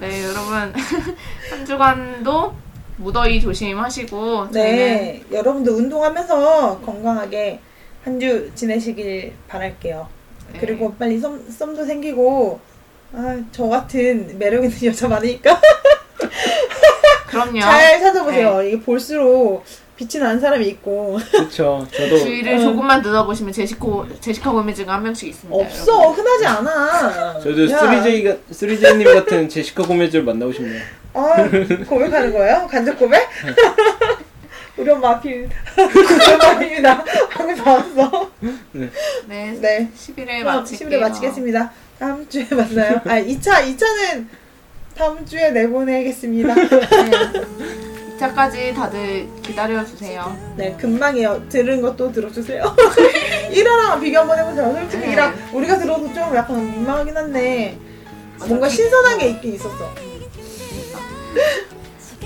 C: 네, 여러분. 한 주간도 무더위 조심하시고. 저희는
B: 네, 여러분도 운동하면서 건강하게 한 주 지내시길 바랄게요.
C: 네.
B: 그리고 빨리 썸, 썸도 생기고, 아, 저 같은 매력 있는 여자 많으니까
C: 그럼요. 네.
B: 잘 찾아보세요. 이게 볼수록 빛이 나는 사람이 있고,
D: 그렇죠. 저도
C: 주의를
B: 음.
C: 조금만 늦어보시면 제시코, 제시카 고메즈가 한 명씩 있습니다.
B: 없어. 흔하지 않아.
D: 저도
B: 야,
D: 3J가 3J님 같은 제시카 고메즈를 만나고 싶네요.
B: 아, 고백하는 거예요? 간접 고백?
D: 네.
B: 우리 엄마 앞이, 우리 엄마 앞이 나 방금 봤어.
C: 여러분. 네.
B: 네.
C: 10일에
B: 그럼
C: 마칠게요.
B: 10일에 마치겠습니다. 다음 주에 만나요. 아, 2차, 2차는 다음 주에 내보내겠습니다.
C: 네. 이 차까지 다들 기다려주세요.
B: 네, 금방이요. 들은 것도 들어주세요. 1화랑 비교 한번 해보세요. 솔직히
C: 네.
B: 1화, 우리가 들어도 좀 약간 민망하긴 한데,
C: 맞아,
B: 뭔가
C: 기-
B: 신선한 게 있긴 있었어.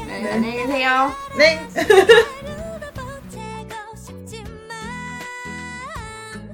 C: 네, 안녕히 계세요.
B: 네.